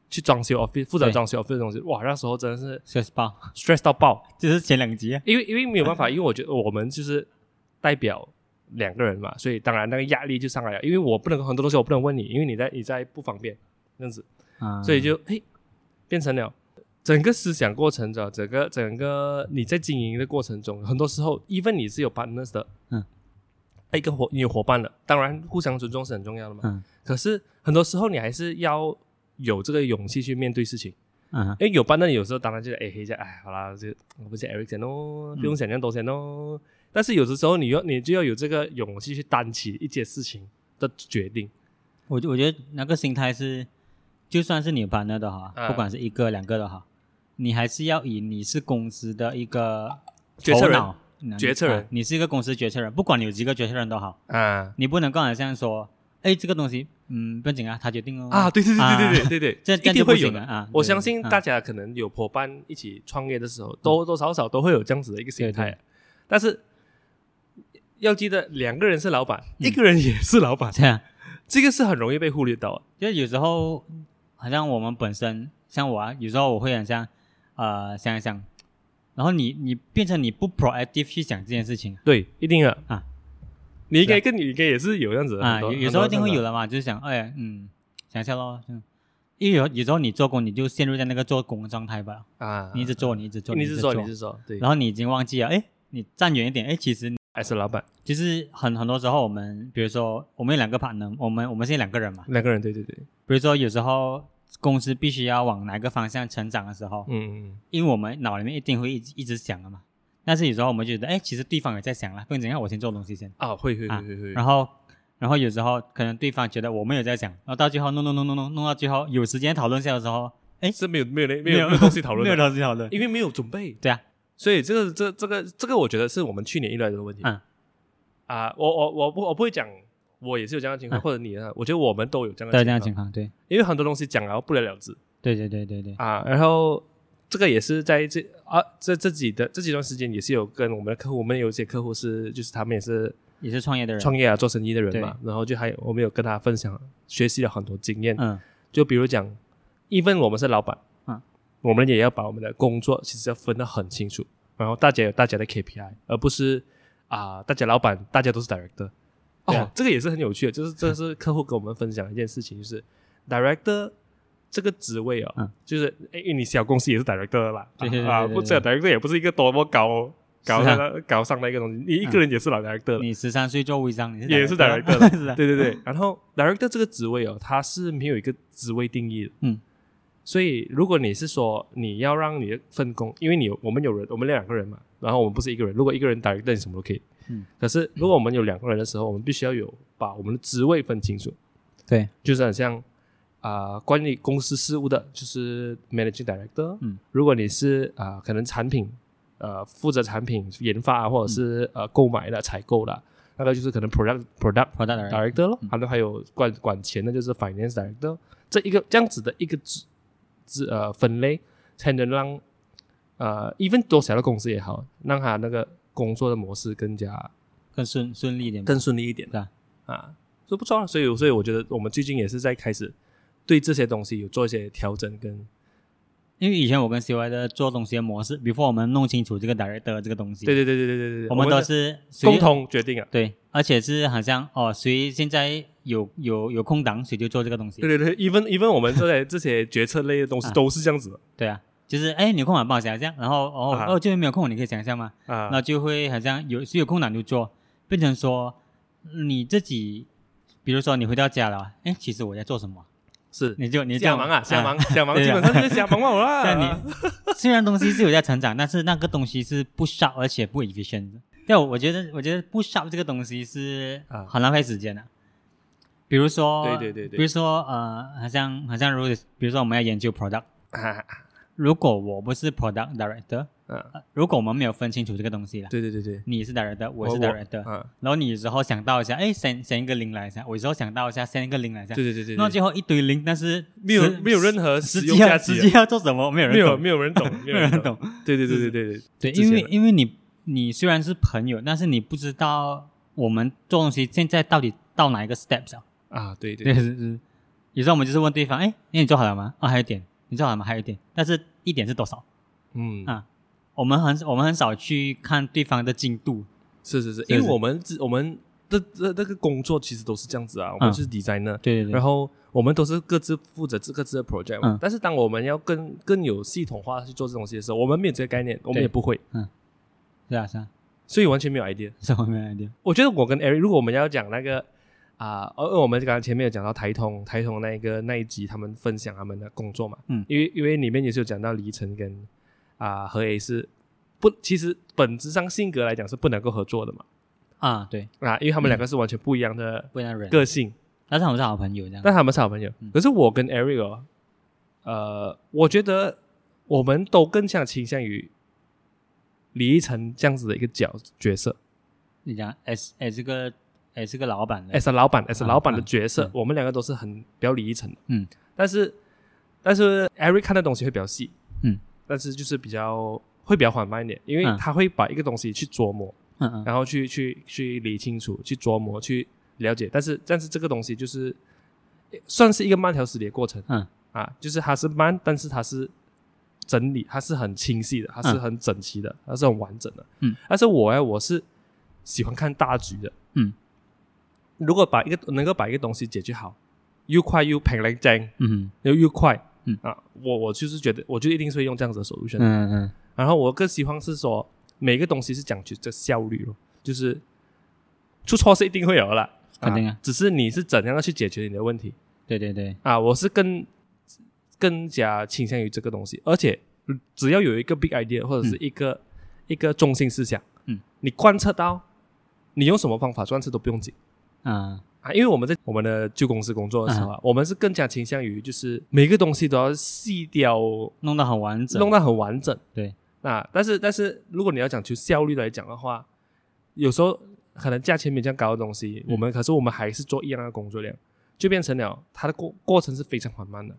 A: 去装修 office 负责
B: 对
A: 装修 office 的东西，哇，那时候真的是
B: sales 报，
A: stress 到爆，
B: 就是前两集啊，
A: 因为因为没有办 法，因为我觉得我们就是代表。两个人嘛，所以当然那个压力就上来了，因为我不能很多东西我不能问你，因为你在你在不方便这样子，
B: 啊
A: 所以就哎，变成了整个思想过程中，整个整个你在经营的过程中，很多时候，even 你是有 partners 的，
B: 嗯，
A: 哎一个伙你有伙伴了，当然互相尊重是很重要的嘛。
B: 嗯
A: 可是很多时候你还是要有这个勇气去面对事情，
B: 嗯
A: 因为有伴那你有时候当然就是哎黑一下，哎好啦，就我不是 Eric 先哦，不
B: 嗯
A: 用想那么多钱哦。但是有的时候你要你就要有这个勇气去担起一些事情的决定。
B: 我就我觉得那个心态是，就算是你有 partner 的哈，
A: 嗯
B: 不管是一个两个的哈，你还是要以你是公司的一个
A: 决策人
B: 头脑嗯
A: 决策人
B: 啊你是一个公司决策人，不管你有几个决策人都好，
A: 啊
B: 你不能刚好像说，哎，这个东西，嗯，不用紧啊，他决定哦。
A: 啊，对对对对对对对，
B: 这这
A: 一
B: 样就
A: 定
B: 不
A: 会有
B: 行
A: 的
B: 了啊！
A: 我
B: 对
A: 相信
B: 啊嗯
A: 大家可能有伙伴一起创业的时候，多多少少都会有这样子的一个心态，啊但是要记得，两个人是老板，
B: 嗯
A: 一个人也是老 板，
B: 这样，
A: 这个是很容易被忽略到的。
B: 就有时候好像我们本身像我啊，有时候我会很像呃想一想，然后你你变成你不 proactive 去想这件事情
A: 对，一定的
B: 啊。
A: 你应该跟你应该也是有这样子的
B: 啊，
A: 很多
B: 有有时候一定会
A: 很
B: 有
A: 多这样子的
B: 的嘛，就是想哎嗯想一下咯，嗯，因为有有时候你做工你就陷入在那个做工的状态吧，
A: 啊，
B: 你一直做你一直做
A: 你
B: 一
A: 是
B: 直
A: 说
B: 做，
A: 你是说对，
B: 然后你已经忘记了哎，你站远一点哎，其实
A: 还是老板
B: 就是很很多时候我们比如说我们有两个 partner，我们我们是两个人嘛，
A: 两个人，对对对，
B: 比如说有时候公司必须要往哪个方向成长的时候，
A: 嗯嗯
B: 因为我们脑里面一定会一直一直想的嘛。但是有时候我们觉得，哎，其实对方也在想啦，不然怎样，我先做东西先。
A: 啊，会会
B: 啊
A: 会会会
B: 然后，然后有时候可能对方觉得我们有在想，然后到最后弄弄弄弄弄弄到最后有时间讨论下的时候，哎，
A: 是没有没有没有
B: 没有
A: 没有东西讨论
B: 没有
A: 的，
B: 东西讨论。
A: 因为没有准备，
B: 对啊，
A: 所以这个这这个这个，我觉得是我们去年遇到的问题。
B: 嗯
A: 啊，我我我不我不会讲，我也是有这样的情况，
B: 嗯
A: 或者你啊呢？我觉得我们都有这样的
B: 对这
A: 情
B: 样
A: 况，
B: 的情况，对，
A: 因为很多东西讲了不了了之
B: 对对对对对，
A: 啊。然后这个也是在这啊这这几的这几段时间也是有跟我们的客户，我们有一些客户是就是他们也是
B: 也是创业的人，
A: 创业啊做生意的人嘛，然后就还有我们有跟他分享学习了很多经验，
B: 嗯
A: 就比如讲，even 我们是老板，
B: 嗯，
A: 我们也要把我们的工作其实要分得很清楚，然后大家有大家的 KPI，而不是啊、大家老板大家都是 director。哦，
B: 对啊
A: 这个也是很有趣的，就是这是客户跟我们分享的一件事情，就是 director 这个职位哦，
B: 嗯
A: 就是哎，因为你小公司也是 director 的啦，
B: 对对对
A: 啊，
B: 对对
A: 不这 director 也不是一个多么高高
B: 是啊嗯
A: 上的、高尚的一个东西，你一个人也是老 director 的。
B: 你十三岁做微商，你是
A: 也是 director
B: 啊是 啊，
A: 对对对，然后 director 这个职位哦，它是没有一个职位定义的。
B: 嗯，
A: 所以如果你是说你要让你的分工，因为你有我们有人，我们两个人嘛，然后我们不是一个人，如果一个人 director 你什么都可以。
B: 嗯，
A: 可是如果我们有两个人的时候，我们必须要有把我们的职位分清楚，
B: 对，
A: 就是很像啊、管理公司事务的，就是 managing director。
B: 嗯，
A: 如果你是啊、可能产品呃负责产品研发啊，或者是、
B: 嗯
A: 呃购买的、采购的，那个就是可能 product product
B: ，product director，
A: director 咯，还有还有管管钱的就是 finance director，这一个这样子的一个职职呃分类，才能让呃 even 多小的公司也好，让他那个工作的模式更加
B: 更顺顺利一点吧，
A: 更顺利一点
B: 对啊
A: 啊，所以不错啊，所以所以我觉得我们最近也是在开始对这些东西有做一些调整跟
B: 因为以前我跟 CY 的做东西的模式，before 我们弄清楚这个 director 这个东西，
A: 对对对对对对对，
B: 我
A: 我
B: 们都
A: 是
B: 是谁
A: 共同决定啊，
B: 对，而且是好像哦，谁现在有有有空档，谁就做这个东西。
A: 对对对，even even 我们这些这些决策类的东西
B: 啊
A: 都是这样子的
B: 对啊，就是哎，你有空档帮我想一下，然后哦、
A: 啊
B: 哦，就是没有空，你可以想一下吗？
A: 啊
B: 那就会好像有谁有空档就做，变成说你自己，比如说你回到家了，哎，其实我在做什么，
A: 是
B: 你就你就这
A: 瞎
B: 样
A: 忙啊，瞎忙，瞎忙，
B: 对啊
A: 基本上就是瞎忙我 啦。
B: 但你虽然东西是有在成长，但是那个东西是不 sharp 而且不 efficient 的。但我觉得，我觉得不 sharp 这个东西是
A: 啊
B: 很浪费时间的、比如说，
A: 对对对对
B: 比如说呃，好像好像如果比如说我们要研究 product，
A: 啊，
B: 如果我不是 product director，、
A: 啊
B: 呃如果我们没有分清楚这个东 西了，
A: 对对对对，
B: 你是 director，我是
A: 我
B: director，
A: 啊，
B: 然后你有时候想到一下，哎，send send 一个 link 来一下，我有时候想到一下 send 一个 link 来一下
A: 对，对对对，
B: 那
A: 对
B: 最后一堆 link，但是
A: 没有
B: 实
A: 没有任何
B: 实
A: 实用
B: 际
A: 价
B: 要
A: 值
B: 实
A: 啊，
B: 际要做什么，没有
A: 没
B: 人
A: 有
B: 懂，
A: 没有人懂，没
B: 没
A: 有
B: 有人
A: 懂。
B: 懂。
A: 对对对对对对
B: 对，
A: 之
B: 因为
A: 前的
B: 因为你你虽然是朋友，但是你不知道我们做东西现在到底到哪一个 steps 啊？
A: 啊，对
B: 对，
A: 对
B: 是是。有时候我们就是问对方，哎，那你做好了吗？啊、还有一点，你做好了吗？还有一点，但是一点是多少？
A: 嗯
B: 啊我们很我们很少去看对方的进度，
A: 是是是，
B: 是
A: 因为
B: 是
A: 我们自我们的这这个工作其实都是这样子啊，我们
B: 嗯
A: 是 designer，
B: 对对对
A: 然，后我们都是各自负责这各自的 project 嘛
B: 嗯
A: 但是当我们要更更有系统化去做这东西的时候，我们没有这个概念，我们
B: 对
A: 也不会。
B: 是啊是啊，
A: 所以完全没有 idea。
B: 什么没有 idea？
A: 我觉得我跟 Eric，如果我们要讲那个啊，呃、我们刚刚前面有讲到台通台通那一个那一集，他们分享他们的工作嘛，
B: 嗯
A: 因为因为里面也是有讲到黎晨跟啊、何 A 是不，其实本质上性格来讲是不能够合作的嘛，
B: 啊，对，
A: 啊，因为他们两个是完全不一样的
B: 不一样的人，
A: 个性，
B: 但是我们是好朋友这样
A: 但。他们是好朋友
B: 嗯。
A: 可是我跟 Eric，、哦、呃，我觉得我们都更像倾向于李依晨这样子的一个角角色。
B: 你讲 S S 这个 S 这个老板的，
A: as a 老板，as a
B: 啊
A: 老板的
B: 啊
A: 角色
B: 嗯，
A: 我们两个都是很比较理一层的。
B: 嗯，
A: 但是但是 Eric 看的东西会比较细，
B: 嗯，
A: 但是就是比较会比较缓慢一点，因为
B: 嗯
A: 他会把一个东西去琢磨，
B: 嗯嗯
A: 然后去去去理清楚，去琢磨，去了解。但是但是这个东西就是算是一个慢条斯理的过程
B: 嗯
A: 啊，就是它是慢，但是它是整理，它是很清晰的，它是
B: 嗯
A: 很整齐的，它是很完整的。
B: 嗯，
A: 但是我呢，我是喜欢看大局的。
B: 嗯，
A: 如果把一个能够把一个东西解决好，又快又平来讲，
B: 嗯
A: 又又快，
B: 嗯
A: 啊，我我就是觉得，我就一定是会用这样子的 solution
B: 嗯。嗯嗯，
A: 然后我更喜欢是说，每个东西是讲究这效率咯，就是出错是一定会有的啦，
B: 肯定啊
A: 只是你是怎样的去解决你的问题
B: 对对对，
A: 啊。我是更更加倾向于这个东西，而且嗯只要有一个 big idea 或者是一个、一个中心思想，
B: 嗯，
A: 你贯彻到，你用什么方法贯彻都不用紧。
B: 啊
A: 啊，因为我们在我们的旧公司工作的时候
B: 嗯
A: 啊，我们是更加倾向于就是每个东西都要细掉
B: 弄得很完整，
A: 弄到很完整。
B: 对，
A: 那但是但是如果你要讲求效率来讲的话，有时候可能价钱没这样高的东西，
B: 嗯
A: 我们可是我们还是做一样的工作量，就变成了它的过过程是非常缓慢的，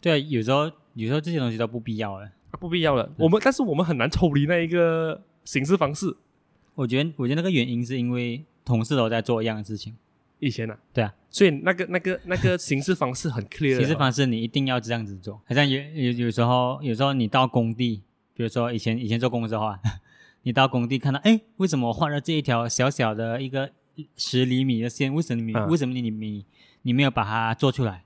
B: 对啊，有时候有时候这些东西都不必要了。
A: 啊不必要了。我们但是我们很难抽离那一个行事方式。
B: 我觉得我觉得那个原因是因为同事都在做一样的事情，
A: 以前啊，
B: 对啊，
A: 所以那个那个那个行事方式很 clear，
B: 其实
A: 了
B: 方式你一定要这样子做。好像有有有时候有时候你到工地，比如说以前以前做工的时候啊， 你到工地看到，哎，为什么我画了这一条小小的一个十厘米的线，为什么你、
A: 嗯
B: 为什么你你你没有把它做出来？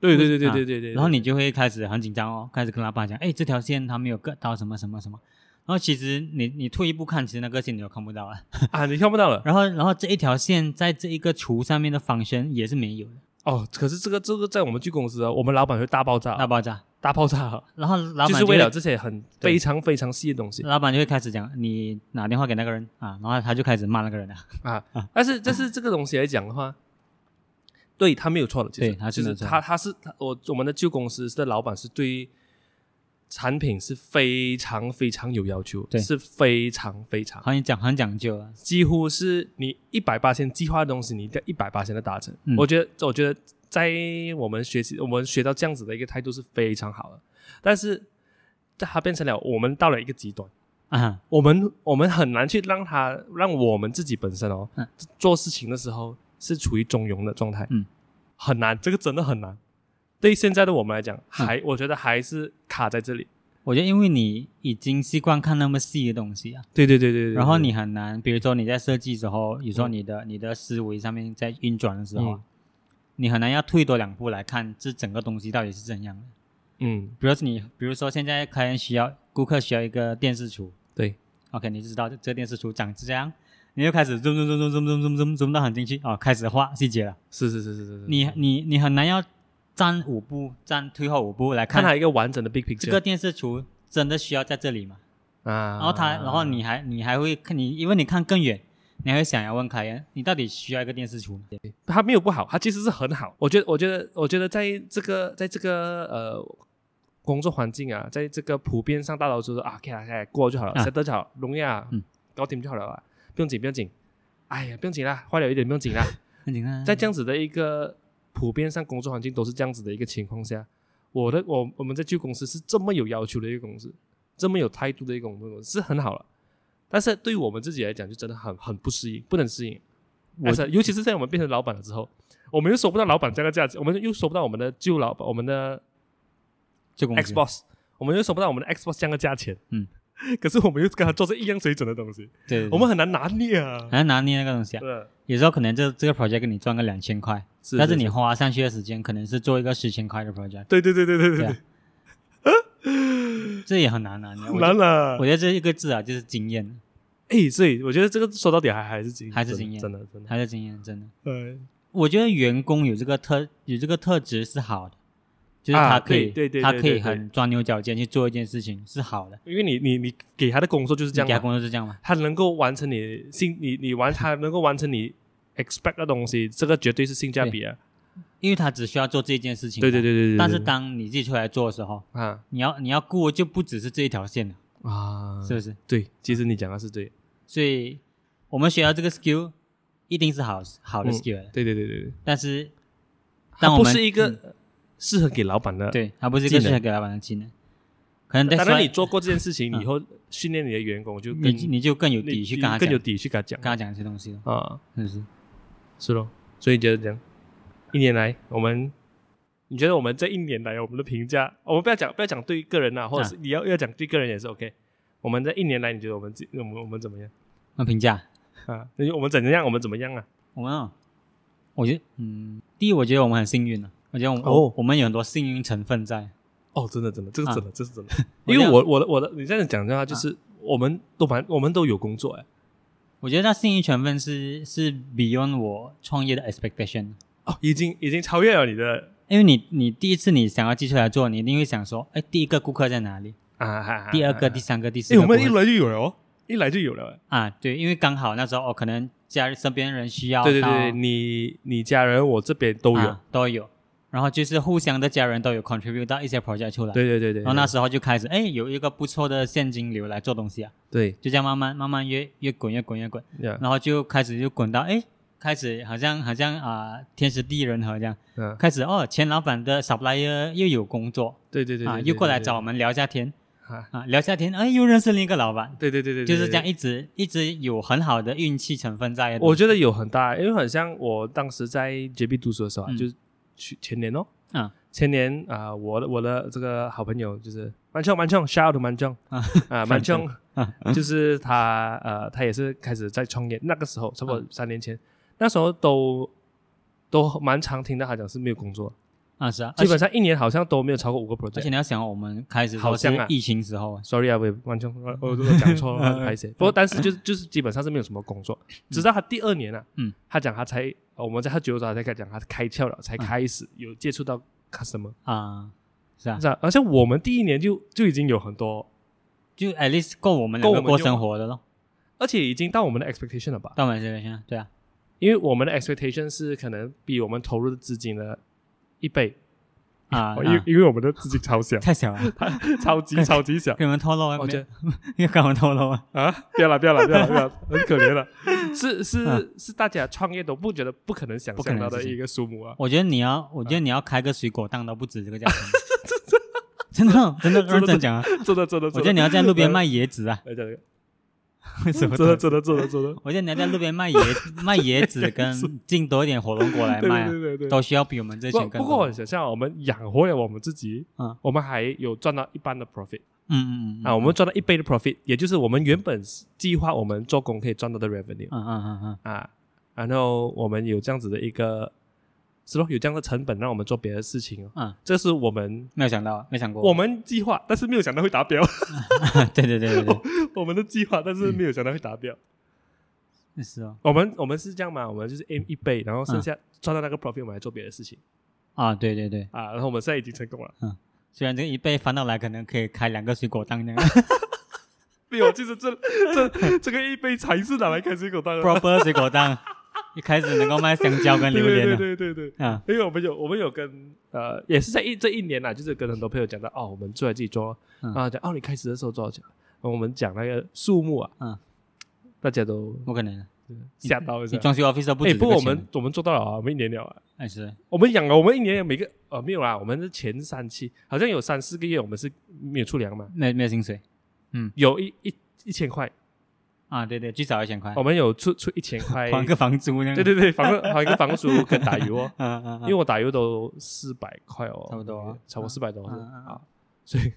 A: 对对对对
B: 啊
A: 对对对。
B: 然后你就会开始很紧张哦，开始跟老板讲，哎，这条线它没有 cut 到什么什么什么。然后其实你你退一步看，其实那个线你都看不到了。
A: 啊，你看不到了
B: 然后然后这一条线在这一个图上面的仿生也是没有的，
A: 哦。可是这个这个在我们去公司啊，我们老板会大爆炸，
B: 大爆炸。
A: 大爆炸啊，
B: 然后老板
A: 就是
B: 就
A: 为
B: 会
A: 了这些很
B: 对
A: 非常非常细的东西。
B: 老板就会开始讲，你打电话给那个人啊，然后他就开始骂那个人啊，
A: 啊，但是但是这个东西来讲的话，对他没有错的，其实
B: 对他是
A: 就
B: 没
A: 是
B: 有错的
A: 他他是他我我们的旧公司的老板是对产品是非常非常有要求，
B: 对
A: 是非常非常
B: 好像讲很讲究啊，
A: 几乎是你一百八千计划的东西，你一定要一百八千的达成。
B: 嗯
A: 我觉得我觉得在我们学习我们学到这样子的一个态度是非常好的，但是它变成了我们到了一个极端。
B: 啊，
A: 我们我们很难去让他让我们自己本身哦，
B: 嗯
A: 做事情的时候是处于中庸的状态，
B: 嗯，
A: 很难，这个真的很难。对于现在的我们来
B: 嗯
A: 讲，还、我觉得还是卡在这里。
B: 我觉得因为你已经习惯看那么细的东西啊，
A: 对对对对对
B: 然后你很难，比如说你在设计时候，有时候
A: 嗯
B: 你的你的思维上面在运转的时候啊
A: 嗯，
B: 你很难要退多两步来看这整个东西到底是怎样的。
A: 嗯，
B: 比如说你，比如说现在客人需要顾客需要一个电视橱
A: 对，
B: ，OK，你就知道这这电视橱长这样，你就开始 zoom zoom zoom zoom zoom zoom zoom zoom 到很进去啊，开始画细节了。
A: 是是是是是是，
B: 你你你很难要站五步，站退后五步来
A: 看
B: 看
A: 他一个完整的 big picture，
B: 这个电视橱真的需要在这里吗？
A: 啊，
B: 然后他，然后你还你还会看你，因为你看更远，你还会想要问凯恩，你到底需要一个电视橱吗？
A: 他没有不好，他其实是很好。我觉得我觉得我觉得在这个在这个呃。工作环境啊，在这个普遍上，大多数说啊，OK 啦，哎，过就好了，
B: 啊
A: set 就好，容易啊
B: 嗯，
A: 搞定就好了啊，不用紧，不用紧。哎呀，不用紧啦，花了一点不用紧啦。
B: 很简单，啊
A: 在这样子的一个普遍上工作环境都是这样子的一个情况下，我的我我们在旧公司是这么有要求的一个公司，这么有态度的一个工作公司是很好了，但是对于我们自己来讲就真的很很不适应，不能适应。
B: 我
A: 但是尤其是在我们变成老板了之后，我们又收不到老板这样的价值，我们又收不到我们的旧老板，我们的
B: 这公司
A: X boss，我们又收不到我们的 X boss 这样的价钱。
B: 嗯，
A: 可是我们又跟他做着一样水准的东西，
B: 对，对对哎
A: 我们很难拿捏啊。
B: 很难拿捏那个东西啊。
A: 对，
B: 有时候可能这这个 project 给你赚个两千块，
A: 是
B: 但是你花上去的时间可能是做一个十千块的 project，
A: 对对对对对
B: 对
A: 对
B: 啊
A: 对，，
B: 这也很难拿捏。我觉得
A: 难了
B: 我。觉得这一个字啊，就是经验。
A: 哎、哎，所以我觉得这个说到底还还是经验，
B: 还
A: 真
B: 是
A: 的
B: 经验
A: 真的真的。
B: 还是经验真的。
A: 呃，
B: 我觉得员工有这个特有这个特质是好的，就是
A: 啊
B: 他可以、
A: 对对对
B: 他
A: 对
B: 可以
A: 对对
B: 很钻牛角尖去做一件事情是好的。
A: 因为你你你给他的工作就是这
B: 你给他
A: 样嘛，
B: 工作是这样吗？
A: 他能够完成你性，你你完他能够完成你 expect 的东西，这个绝对是性价比啊！
B: 因为他只需要做这件事情嘛，啊
A: 对对对对对。
B: 但是
A: 对
B: 当你自己出来做的时候，
A: 啊
B: 你要你要顾就不只是这一条线了，
A: 啊，
B: 是不是？
A: 对，其实你讲的是对，
B: 所以我们学到这个 skill 一定是好好的
A: 嗯
B: skill，、
A: 对对对对对，
B: 但是
A: 它
B: 当我
A: 不
B: 们
A: 是一
B: 嗯
A: 个适合给老板的。
B: 对，它不是一
A: 技
B: 个
A: 能
B: 适合给老板的技能，可能在
A: 当然，你
B: 你
A: 做过这件事情以后，训练你的员工就更
B: 嗯你你就更有
A: 你
B: 底去
A: 你
B: 跟他
A: 更
B: 讲，
A: 有
B: 跟
A: 底去跟他讲
B: 他讲这些东西了，
A: 啊，
B: 是不是？
A: 是咯。所以觉得这样，一年来我们。你觉得我们这一年来我们的评价，我们不要讲不要讲对个人啊，或者是你要要讲对个人也是 OK。我们这一年来，你觉得我们自我们我们怎么样？
B: 那评价
A: 啊，那我们怎样？我们怎么样啊？
B: 我们、哦，我觉得嗯，第一，我觉得我们很幸运了、啊我觉得我们、
A: 哦
B: 我们有很多幸运成分在，
A: 哦，真的，真的，这是真的，这是真 的。
B: 我
A: 因为
B: 这样
A: 我啊我的我的，你这样讲的话，就是、我们都蛮我们都有工作哎、
B: 我觉得它幸运成分是是 beyond 我创业的 expectation，
A: 哦，已经已经超越了你的
B: 因为你你第一次你想要寄出来做，你一定会想说，哎，第一个顾客在哪里？
A: 啊哈哈，
B: 第二个、第三个、第四
A: 哎，
B: 个
A: 我
B: 顾客
A: 们一来就有了哦，一来就有了、
B: 啊，对，因为刚好那时候哦，可能家里身边人需要
A: 哎
B: 到，
A: 对对对，你你家人我这边都有，
B: 啊都有，然后就是互相的家人都有 contribute 到一些 project 出来，
A: 对对对对，
B: 然后那时候就开始哎有一个不错的现金流来做东西啊，
A: 对，
B: 就这样慢慢慢慢越越滚越滚越滚，
A: 呀
B: 然后就开始就滚到哎开始好像好像啊、天时地利人和这样，
A: 嗯、
B: 开始哦前老板的 supplier 又有工作
A: 对对对
B: 啊
A: 对
B: 又过来找我
A: 我
B: 们聊一下天
A: 啊，
B: 啊聊一下天哎又认识另一个老板，
A: 对对对对，对
B: 就是这样。一直一直有很好的运气成分在的东
A: 我
B: 西，
A: 觉得有很大，因为很像我当时在 JB 读书的时候啊，
B: 嗯
A: 就是去前年哦，
B: 嗯，
A: 前年啊、我的我的这个好朋友就是蛮冲蛮冲，shout out to 蛮冲
B: 啊
A: 啊，蛮冲，就是他呃，他也是开始在创业，那个时
B: 嗯
A: 候差不多三年前，那时候都都蛮常听到他讲是没有工作，
B: 啊是啊，
A: 基本上一年好像都没有超过五个
B: 而且
A: project。
B: 你要想，我们开始
A: 好
B: 都
A: 像
B: 是
A: 啊
B: 疫情时候，
A: Sorry 啊，我也完 全我我如果讲错 了，拍谁？不过但是就是就是基本上是没有什么工作，直到他第二年啊，
B: 嗯，
A: 他讲他才哦我们在喝酒的时候他才讲他开窍了，才开始有接触到 customer，
B: 啊，是啊，
A: 是啊，而且我们第一年就就已经有很多
B: 就 at least 够我们两
A: 够
B: 个
A: 我们
B: 过
A: 用
B: 生活的咯。
A: 而且已经到我们的 expectation 了吧？
B: 到我们这边现在，对啊，
A: 因为我们的 expectation 是可能比我们投入的资金的一倍，哦
B: 啊，
A: 因为
B: 啊，
A: 因为我们的资金超小 哦
B: 太小了，
A: 超级超级小。
B: 给你们透露啊，
A: 我觉
B: 没
A: 得
B: 又 给我们透露啊，
A: 啊，不要了，不要了，不要了，不要了，很可怜了。 是是
B: 嗯
A: 是，大家创业都不觉得不可能想
B: 不可
A: 象
B: 能
A: 到的
B: 事情
A: 一个数目啊，
B: 我觉得你要，我觉得你要开个水果档都不止这个价 钱，真的真的认真讲啊，
A: 真的真的
B: 我
A: 真
B: 觉得
A: 的。
B: 你要在路边卖椰子啊，
A: 来讲这个，
B: 为 什么
A: 真？的真的真的真的，
B: 我觉得你要在路边卖椰卖椰子，跟进多一点火龙果来
A: 对
B: 卖啊，
A: 对对对对。
B: 都需要比我们这
A: 不
B: 钱
A: 不
B: 更
A: 过
B: 多。
A: 我想象我们养活了我们自己，
B: 嗯
A: 我们还有赚到一半的 profit
B: 嗯嗯嗯嗯
A: 啊，我们赚到一倍的 profit，也就是我们原本计划我们做工可以赚到的 revenue。
B: 嗯嗯嗯嗯
A: 啊，然后我们有这样子的一个，是咯，有这样的成本让我们做别的事情哦。
B: 嗯，
A: 这是我们
B: 没有想到，啊没想过，
A: 我们计划，但是没有想到会达标。
B: 对对对对对。
A: 我们的计划，但是没有想到会达标。
B: 是哦，
A: 嗯我们我们是这样嘛？我们就是 aim 一倍，然后剩下赚到那个 profit，我们来做别的事情
B: 啊，对对对，
A: 啊。然后我们现在已经成功了。
B: 虽然这个一倍翻到来可能可以开两个水果档那样
A: 没有，就是这这这个一倍才是拿来开水果当的。
B: ，proper 水果 档，一开始能够卖香蕉跟
A: 对
B: 榴莲
A: 对
B: 的
A: 对对对。
B: 啊，
A: 因为我们有我们有跟呃，也是在一这一年啦，就是跟很多朋友讲到哦，我们出来自己做，
B: 嗯
A: 然后讲哦，你开始的时候多少钱？然后我们讲那个数目啊，
B: 嗯
A: 大家都
B: 不可能，
A: 吓到一下
B: 你。装修 office 都不
A: 啊哎，
B: 止
A: 不
B: 这
A: 过
B: 个
A: 我
B: 钱
A: 们，我们做到了啊，我们一年了啊，
B: 哎是，
A: 我们养了我们一年每个呃没有啦，我们是前三期好像有三四个月我们是没有出粮嘛，
B: 没没有薪水
A: 有一一一千块，
B: 啊，对对，最少一千块
A: 我，们有出出一千块，
B: 还个房租那样，
A: 对对对，房还一个房租跟打油 哦，
B: 嗯，嗯嗯
A: 因为我打油都四百块哦，
B: 差不多啊
A: 超过四百多
B: 嗯嗯嗯
A: 啊，所以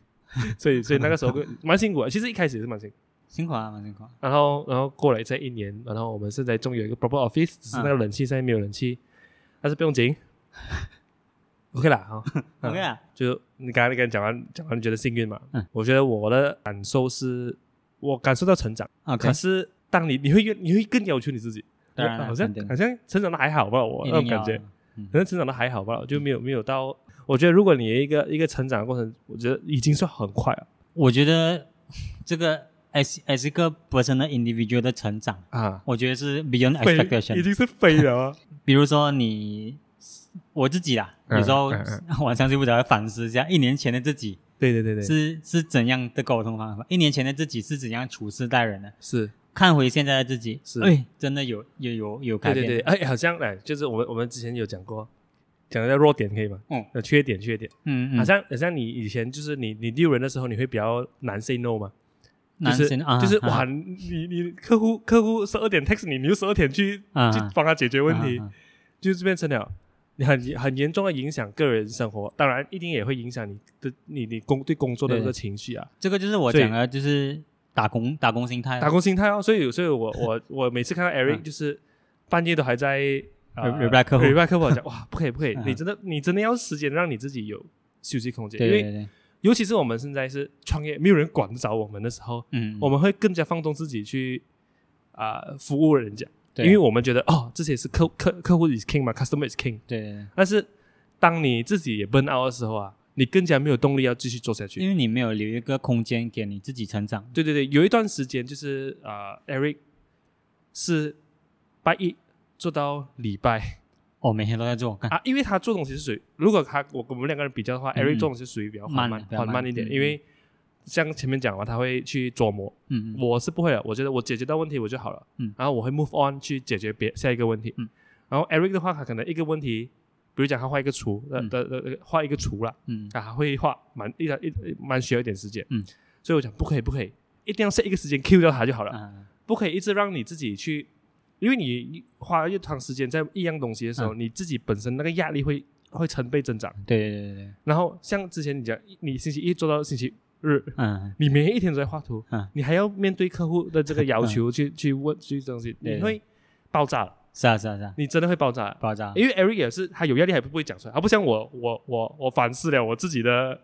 A: 所以所以那个时候 就蛮辛苦的，其实一开始也是蛮辛苦，
B: 辛苦啊，蛮辛苦啊，
A: 然后然后过了这一年，然后我们现在终于有一个 proper office，只是那个
B: 啊
A: 冷气现在没有冷气，但是不用 紧，OK 啦哈嗯
B: OK 啊，
A: 就你刚才跟讲完讲完，你觉得幸运嘛？
B: 嗯
A: 我觉得我的感受是，我感受到成长，
B: 啊，
A: 可是当你你会越你会更要求你自己。
B: 当然了
A: 好像
B: 肯定
A: 好像成长的还好吧，我
B: 一
A: 那
B: 定
A: 种感
B: 要
A: 觉
B: 啊，
A: 可能成长的还好吧，就没有没有到。我觉得如果你一个一个成长的过程，我觉得已经算很快了
B: 我觉得这个 as as 一个 personal individual 的成长，
A: 啊，
B: 我觉得是 beyond
A: 飞
B: expectation
A: 已。经是飞了 啊。
B: 比如说你我自己啦，
A: 嗯
B: 有时候
A: 嗯
B: 晚上睡不着，会反思一下一年前的自己
A: 对对对对，
B: 是是怎样的沟通方法，一年前的自己是怎样处事待人的。
A: 是，
B: 看回现在的自己，
A: 是
B: 哎，真的有有有有改
A: 对
B: 变。
A: 对对，哎，好像哎，就是我们我们之前有讲过，讲一下弱点可以吗？
B: 嗯
A: 呃，缺点缺点，
B: 嗯嗯，
A: 好像好像你以前就是你你六人的时候，你会比较难 say no 嘛，就
B: 男
A: 是
B: 生啊，
A: 就是
B: 啊
A: 哇，你你客户客户十二点 text 你，你就十二点去
B: 啊
A: 去帮他解决问题
B: 啊，啊
A: 就是变成了你很很严重的影响个人生活，当然一定也会影响你的你你工对工作的
B: 对
A: 这个情绪啊，
B: 这个就是我
A: 所以
B: 讲的，就是打工打工心态啊，
A: 打工心态哦。所以所以 我我我每次看到 Eric
B: 嗯
A: 就是半夜都还在
B: re- reply 客户
A: r e p 客户我讲哇不可以不可以，
B: 嗯
A: 你真的你真的要时间让你自己有休息空间，
B: 对对嗯
A: 因为
B: 对对，
A: 尤其是我们现在是创业，没有人管得着我们的时候，
B: 嗯，
A: 我们会更加放纵自己去啊、服务人家，
B: 对
A: 因为我们觉得哦这些是客客客户 is king 嘛，customer is king。
B: 对对对，
A: 但是当你自己也 burn out 的时候啊，你更加没有动力要继续做下去。
B: 因为你没有留一个空间给你自己成长。
A: 对对对，有一段时间就是啊、e r i c 是拜一做到礼 拜
B: 我哦每天都在做，干
A: 啊，因为他做东西是属于，如果他我我们两个人比较的话、
B: 嗯
A: e r i c 做东西是属于比较缓
B: 慢
A: 慢
B: 的比较
A: 缓慢一点，
B: 慢嗯
A: 因为像前面讲嘛，他会去琢磨。
B: 嗯嗯
A: 我是不会的，我觉得我解决到问题我就好了，
B: 嗯
A: 然后我会 move on 去解决别下一个问题，
B: 嗯
A: 然后 Eric 的话，他可能一个问题，比如讲他画一个厨的
B: 嗯
A: 的的的画一个厨啦，
B: 嗯，
A: 啊，会画蛮一一蛮需要一点时间，
B: 嗯，
A: 所以我讲不可以不可以，一定要 set 一个时间 Q 掉它就好了，
B: 啊
A: 不可以一直让你自己去，因为你你花越长时间在一样东西的时候，
B: 嗯
A: 你自己本身那个压力会会成倍增长，
B: 对对对对，
A: 然后像之前你讲，你星期一做到星期日，
B: 嗯，
A: 你每一天都在画图，
B: 嗯
A: 你还要面对客户的这个要求去、去问去东西，
B: 对
A: 你会爆炸，
B: 是啊是啊是啊，
A: 你真的会爆炸。
B: 爆炸，
A: 因为 Eric 也是，他有压力还不会讲出来，他不像我，我我我反思了我自己的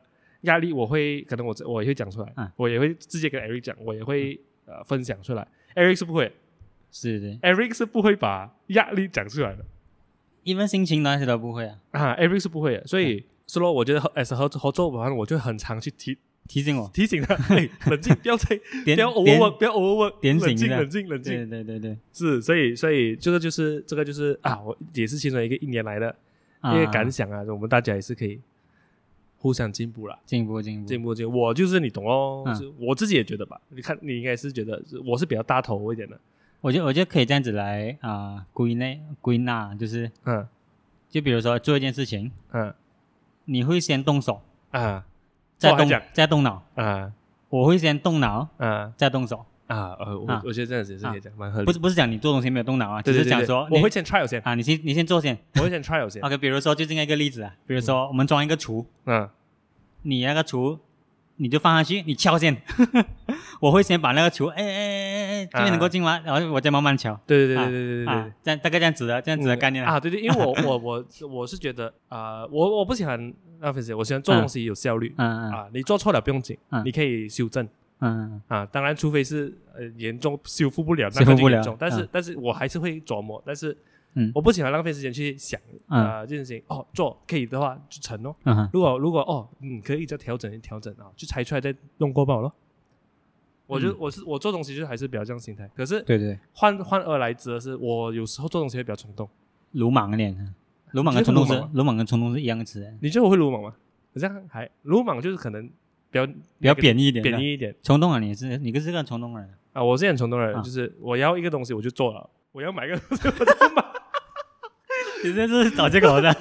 A: 压力，我会可能我我也会讲出来，
B: 嗯
A: 我也会直接跟 Eric 讲，我也会、呃分享出来。Eric 是不会
B: 是是，
A: ，Eric 是不会把压力讲出来的
B: 一般心情那些都不会啊，
A: 啊，Eric 是不会的，所
B: 嗯
A: 以所以说我觉得和 as 合合作伙伴，我就很常去提
B: 提 醒我，
A: 提醒 他，哎，冷静，不要再
B: 点
A: 不要
B: 点
A: overwork，不要 overwork，
B: 点醒
A: 冷
B: 一
A: 静
B: 下
A: 冷静冷静
B: 对，对对对，
A: 是，所以所以这个就是这个就是啊，我也是其中一个一年来的一
B: 啊
A: 个感想啊，我们大家也是可以互相进步啦，
B: 进步进步
A: 进，步进步。我就是你懂哦，
B: 嗯
A: 是我自己也觉得吧，你看你应该是觉得是我是比较大头一点的，
B: 我觉得我觉得可以这样子来啊归类归纳，就是
A: 嗯
B: 就比如说做一件事情，
A: 嗯
B: 你会先动手，
A: 啊
B: 再
A: 我还
B: 动
A: 讲
B: 再动脑，
A: 啊
B: 我会先动脑
A: 啊
B: 再动手，
A: 啊，呃，我
B: 啊
A: 我觉得这样子也是可以讲，蛮合理
B: 不。是不是讲你做东西没有动脑啊，
A: 对
B: 只
A: 对对
B: 是讲
A: 对
B: 说
A: 我
B: 你啊
A: 会先 trial 先，
B: 啊，你先你先做先
A: 我会先 trial 先，
B: ，OK，比如说最近一个例子啊，比如说我们装一个橱。
A: 嗯
B: 你那个球你就放下去，你敲先。 我会先把那个球，哎哎哎哎哎，这边能够进吗？然后我再慢慢敲。
A: 对对对
B: 啊
A: 对对对对
B: 啊。，这样大概这样子的，这样子的概念
A: 啊，对对，因为我 我我我是觉得啊、呃我我不喜欢浪费时间，我喜欢做东西有效率、
B: 嗯嗯
A: 啊。你做错了不用紧，
B: 嗯
A: 你可以修正
B: 嗯
A: 啊。当然，除非是呃严重修复不了，
B: 修
A: 那
B: 复
A: 个就
B: 不了
A: 严重。但是、
B: 嗯
A: 但是我还是会琢磨，但是
B: 嗯
A: 我不喜欢浪费时间去想
B: 嗯
A: 啊、这件事情。哦，做可以的话就成哦。
B: 嗯
A: 如果如果哦，嗯，可以再调整一调整啊，就裁出来再弄过爆咯。我觉得
B: 嗯
A: 我是我做东西就还是比较这样心态，可是
B: 对对，
A: 换换而来之的是，我有时候做东西会比较冲动。
B: 鲁莽的脸，啊鲁莽跟冲动
A: 就是鲁
B: 是
A: 莽
B: 鲁莽跟冲动是一样的词，啊
A: 你觉得我会鲁莽吗？好像还鲁莽就是可能比较
B: 比较贬义一点的。
A: 贬义一点
B: 冲动啊，你是你是个冲动人，
A: 啊。我是很冲动的人，
B: 啊
A: 就是我要一个东西我就做了，我要买一个东西我就买。
B: 你这是找借口的。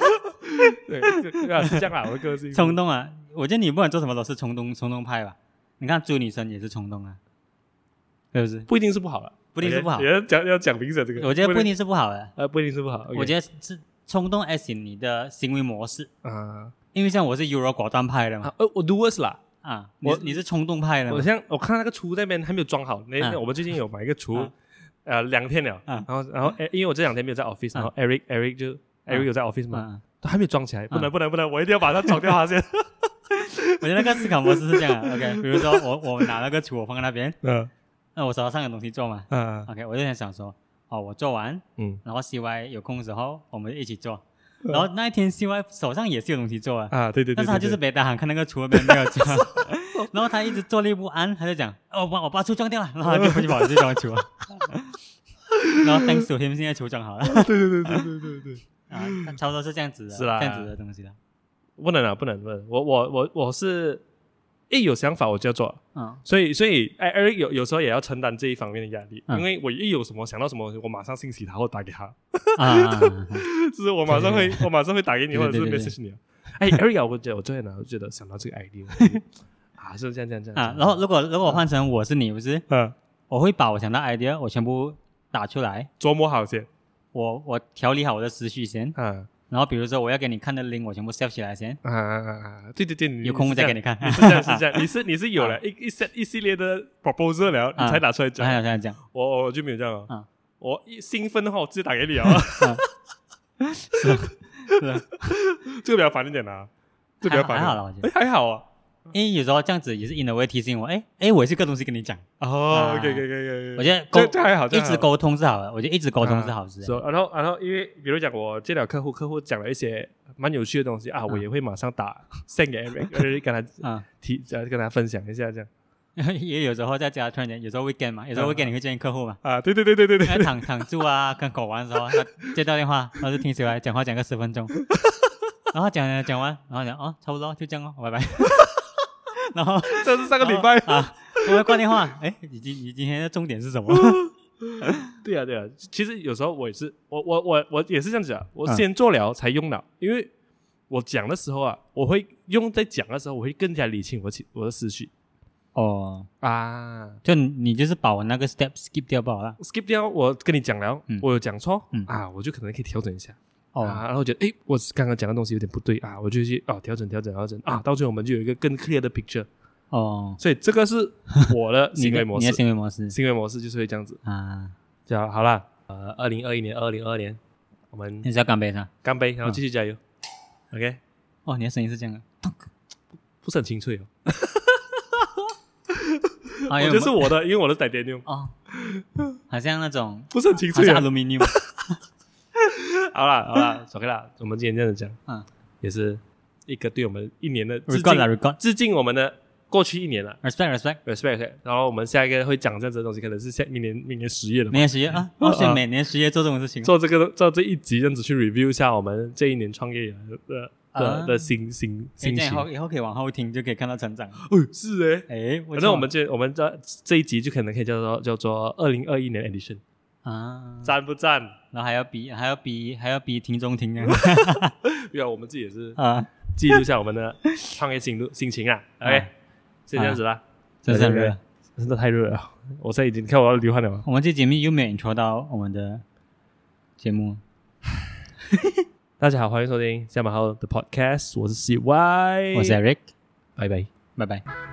A: 对，就啊是这样啦，我的个性
B: 冲动啊，我觉得你不管做什么都是冲动，冲动派吧。你看追女生也是冲动啊，是不是？
A: 不一定是不好了，
B: 不一定是不好
A: 也要讲要讲评审这个，
B: 我觉得不一
A: 定
B: 定是不好的，
A: 呃不一定是不好。
B: 我觉得是冲动 S 你的行为模式，
A: 得啊
B: 因为像我是优柔寡断派的嘛，
A: 啊呃我 doers 啦，
B: 啊，
A: 我
B: 你你是冲动派的
A: 我
B: 嘛，
A: 像我看那个厨那边还没有装好，那
B: 啊
A: 那我们最近有买一个厨
B: 啊，
A: 呃两天了，
B: 啊
A: 然后然后哎因为我这两天没
B: 嗯
A: 有在 office，然后 Eric Eric 就 Eric 有在 office 嘛，
B: 啊，
A: 还没有装起来，不
B: 啊
A: 能不能不能，我一定要把它装掉它先。
B: 我觉得那个思考模式是这样的，OK，比如说我我拿了个球，我放在那边，
A: 嗯
B: 那我手头上有东西做嘛
A: 啊，
B: ，OK，我就在想说，哦，我做完，
A: 嗯
B: 然后 CY 有空的时候我们就一起做。然后那一天 CY 手上也是有东西做啊，
A: 啊，对对对，
B: 但是他
A: 对
B: 就是
A: 对啊
B: 没打喊看那个厨那边没有 做，然后他一直坐立不安，他就讲：“哦，我把我把厨装掉了。”然后他就回去跑去装 厨。然后 thanks to him，现在厨装好了
A: 对对对对对对对，
B: 啊，差不多是这样子的，
A: 是啦
B: 这样子的东西了。
A: 不能啊，不能不能，我我我我是一有想法我就要做，
B: 嗯
A: 所以所以哎，Eric 有有时候也要承担这一方面的压力，
B: 嗯
A: 因为我一有什么想到什么，我马上信息他或打给他，
B: 啊啊，啊啊
A: 就是我马上会我马上会打给你
B: 对
A: 或者是
B: 对对对
A: message 你啊。哎，Eric，啊我觉得我昨天呢，我觉得想到这个 idea 我觉得啊，是这样这样这样
B: 啊然后如果如果换成我是你，不是，
A: 嗯，
B: 我会把我想到 idea 我全部打出来，
A: 琢磨好先
B: 我我调理好我的思绪先，
A: 啊
B: 然后比如说我要给你看的 link，我全部 save 起来先，
A: 啊啊啊啊，对对对，你
B: 有空我再给你看。
A: 你是这样。你是这样，你 是这样，你是你是有了一一系一系列的 proposal 了，
B: 啊
A: 你才拿出来讲
B: 还。有这样讲，
A: 我我就没有这样啊
B: 啊。
A: 我一兴奋的话，我直接打给你啊，
B: 是啊
A: 这个比较烦一点啊， 这个比较烦。嗯
B: 还好还好啦我觉得
A: 哎，还好啊。
B: 因为有时候这样子也是 in a way 提醒我，哎哎，我也是个东西跟你讲，
A: 哦
B: 啊
A: ，OK OK OK OK，
B: 我
A: 得
B: 觉得
A: 嗯这
B: 沟
A: 这还好，这
B: 一
A: 还好啊
B: 直沟通是好的，我觉得一直沟通是好事。
A: So，然后然后因为比如讲我见了客户，客户讲了一些蛮有趣的东西啊，
B: 嗯
A: 我也会马上打 send 给 Eric，跟 他
B: 啊，
A: 提呃跟他分享一下这样
B: 嗯 也有时候在家突然间，有时候 weekend 嘛，有时候
A: 啊
B: weekend 你会见客户嘛，
A: 啊，对对对对对 对
B: 在躺躺住啊，跟狗玩的时候，他接到电话，然后就听起来讲话讲个十分 钟，然后讲讲讲完，然后讲哦，差不多就这样哦，拜拜。然后
A: 这是上个礼拜
B: 然后啊，我要挂电 话，哎，你今你今天的重点是什么？
A: 对啊，对啊，其实有时候我也是，我我我我也是这样子啊，我
B: 嗯
A: 先做了才用脑，因为我讲的时候啊，我会用在讲的时候，我会更加理清我情我的思绪
B: 哦，
A: 啊。
B: 就你你就是把我那个 step skip 掉不好了。
A: skip 掉，我跟你讲了，
B: 嗯
A: 我有讲错、
B: 嗯
A: 啊，我就可能可以调整一下、
B: 哦，
A: 啊。然后我觉得，诶，我刚刚讲的东西有点不对啊，我就去啊调整调整调整啊，到最后我们就有一个更 clear 的 picture。
B: 哦，
A: 所以这个是我的
B: 你
A: 行为
B: 的
A: 模
B: 你
A: 式
B: 的，行为模式
A: 行为模式就是会这样子。
B: 啊，
A: 这样好啦，呃，二零二一年、二零二年，我们
B: 你是要干杯是吧？
A: 干杯，然后
B: 嗯
A: 继续加油。OK。
B: 哦，你的声音是这样的，
A: 不是很清脆哦。
B: 啊
A: 我
B: 因
A: 觉
B: 为
A: 得是我的，因为我的 titanium
B: 哦，好像那 种
A: 不是很清
B: 好
A: 脆
B: 像
A: 哦。
B: aluminium
A: 好啦好啦，OK 啦，我们今天这样子讲，
B: 嗯，
A: 也是一个对我们一年的致
B: record 啦
A: 敬，
B: record
A: 致敬我们的过去一年了
B: respect respect，
A: ，respect。然后我们下一个会讲这样子的东西，可能是下明年明年十月了吧
B: 每。年十月啊，
A: 嗯
B: 哦，是每年十月做这种事情，
A: 做这个做这一集这样子去 review 一下我们这一年创业以来的呃的
B: 啊
A: 的心心
B: 哎
A: 心
B: 这
A: 情
B: 样以。后以后可以往后听，就可以看到成长。
A: 哦，是哎，
B: 哎，不错
A: 反正我们这我们这这一集就可能可以叫做叫做二零二一年 edition，
B: 啊，
A: 赞不赞？
B: 然后还要比还要比还要比听众 听啊
A: 对啊，我们自己也是
B: 啊，
A: 记录一下我们的创业心路心情 啊。OK，
B: 啊
A: 先这样子啦，
B: 真是很热。
A: 真的太热了，我现在已经你看我要流汗了。
B: 我们这节目又没有 intro 到我们的节目，
A: 大家好，欢迎收听下马号的 Podcast，我是 CY，
B: 我是 Eric，
A: 拜拜。
B: 拜拜。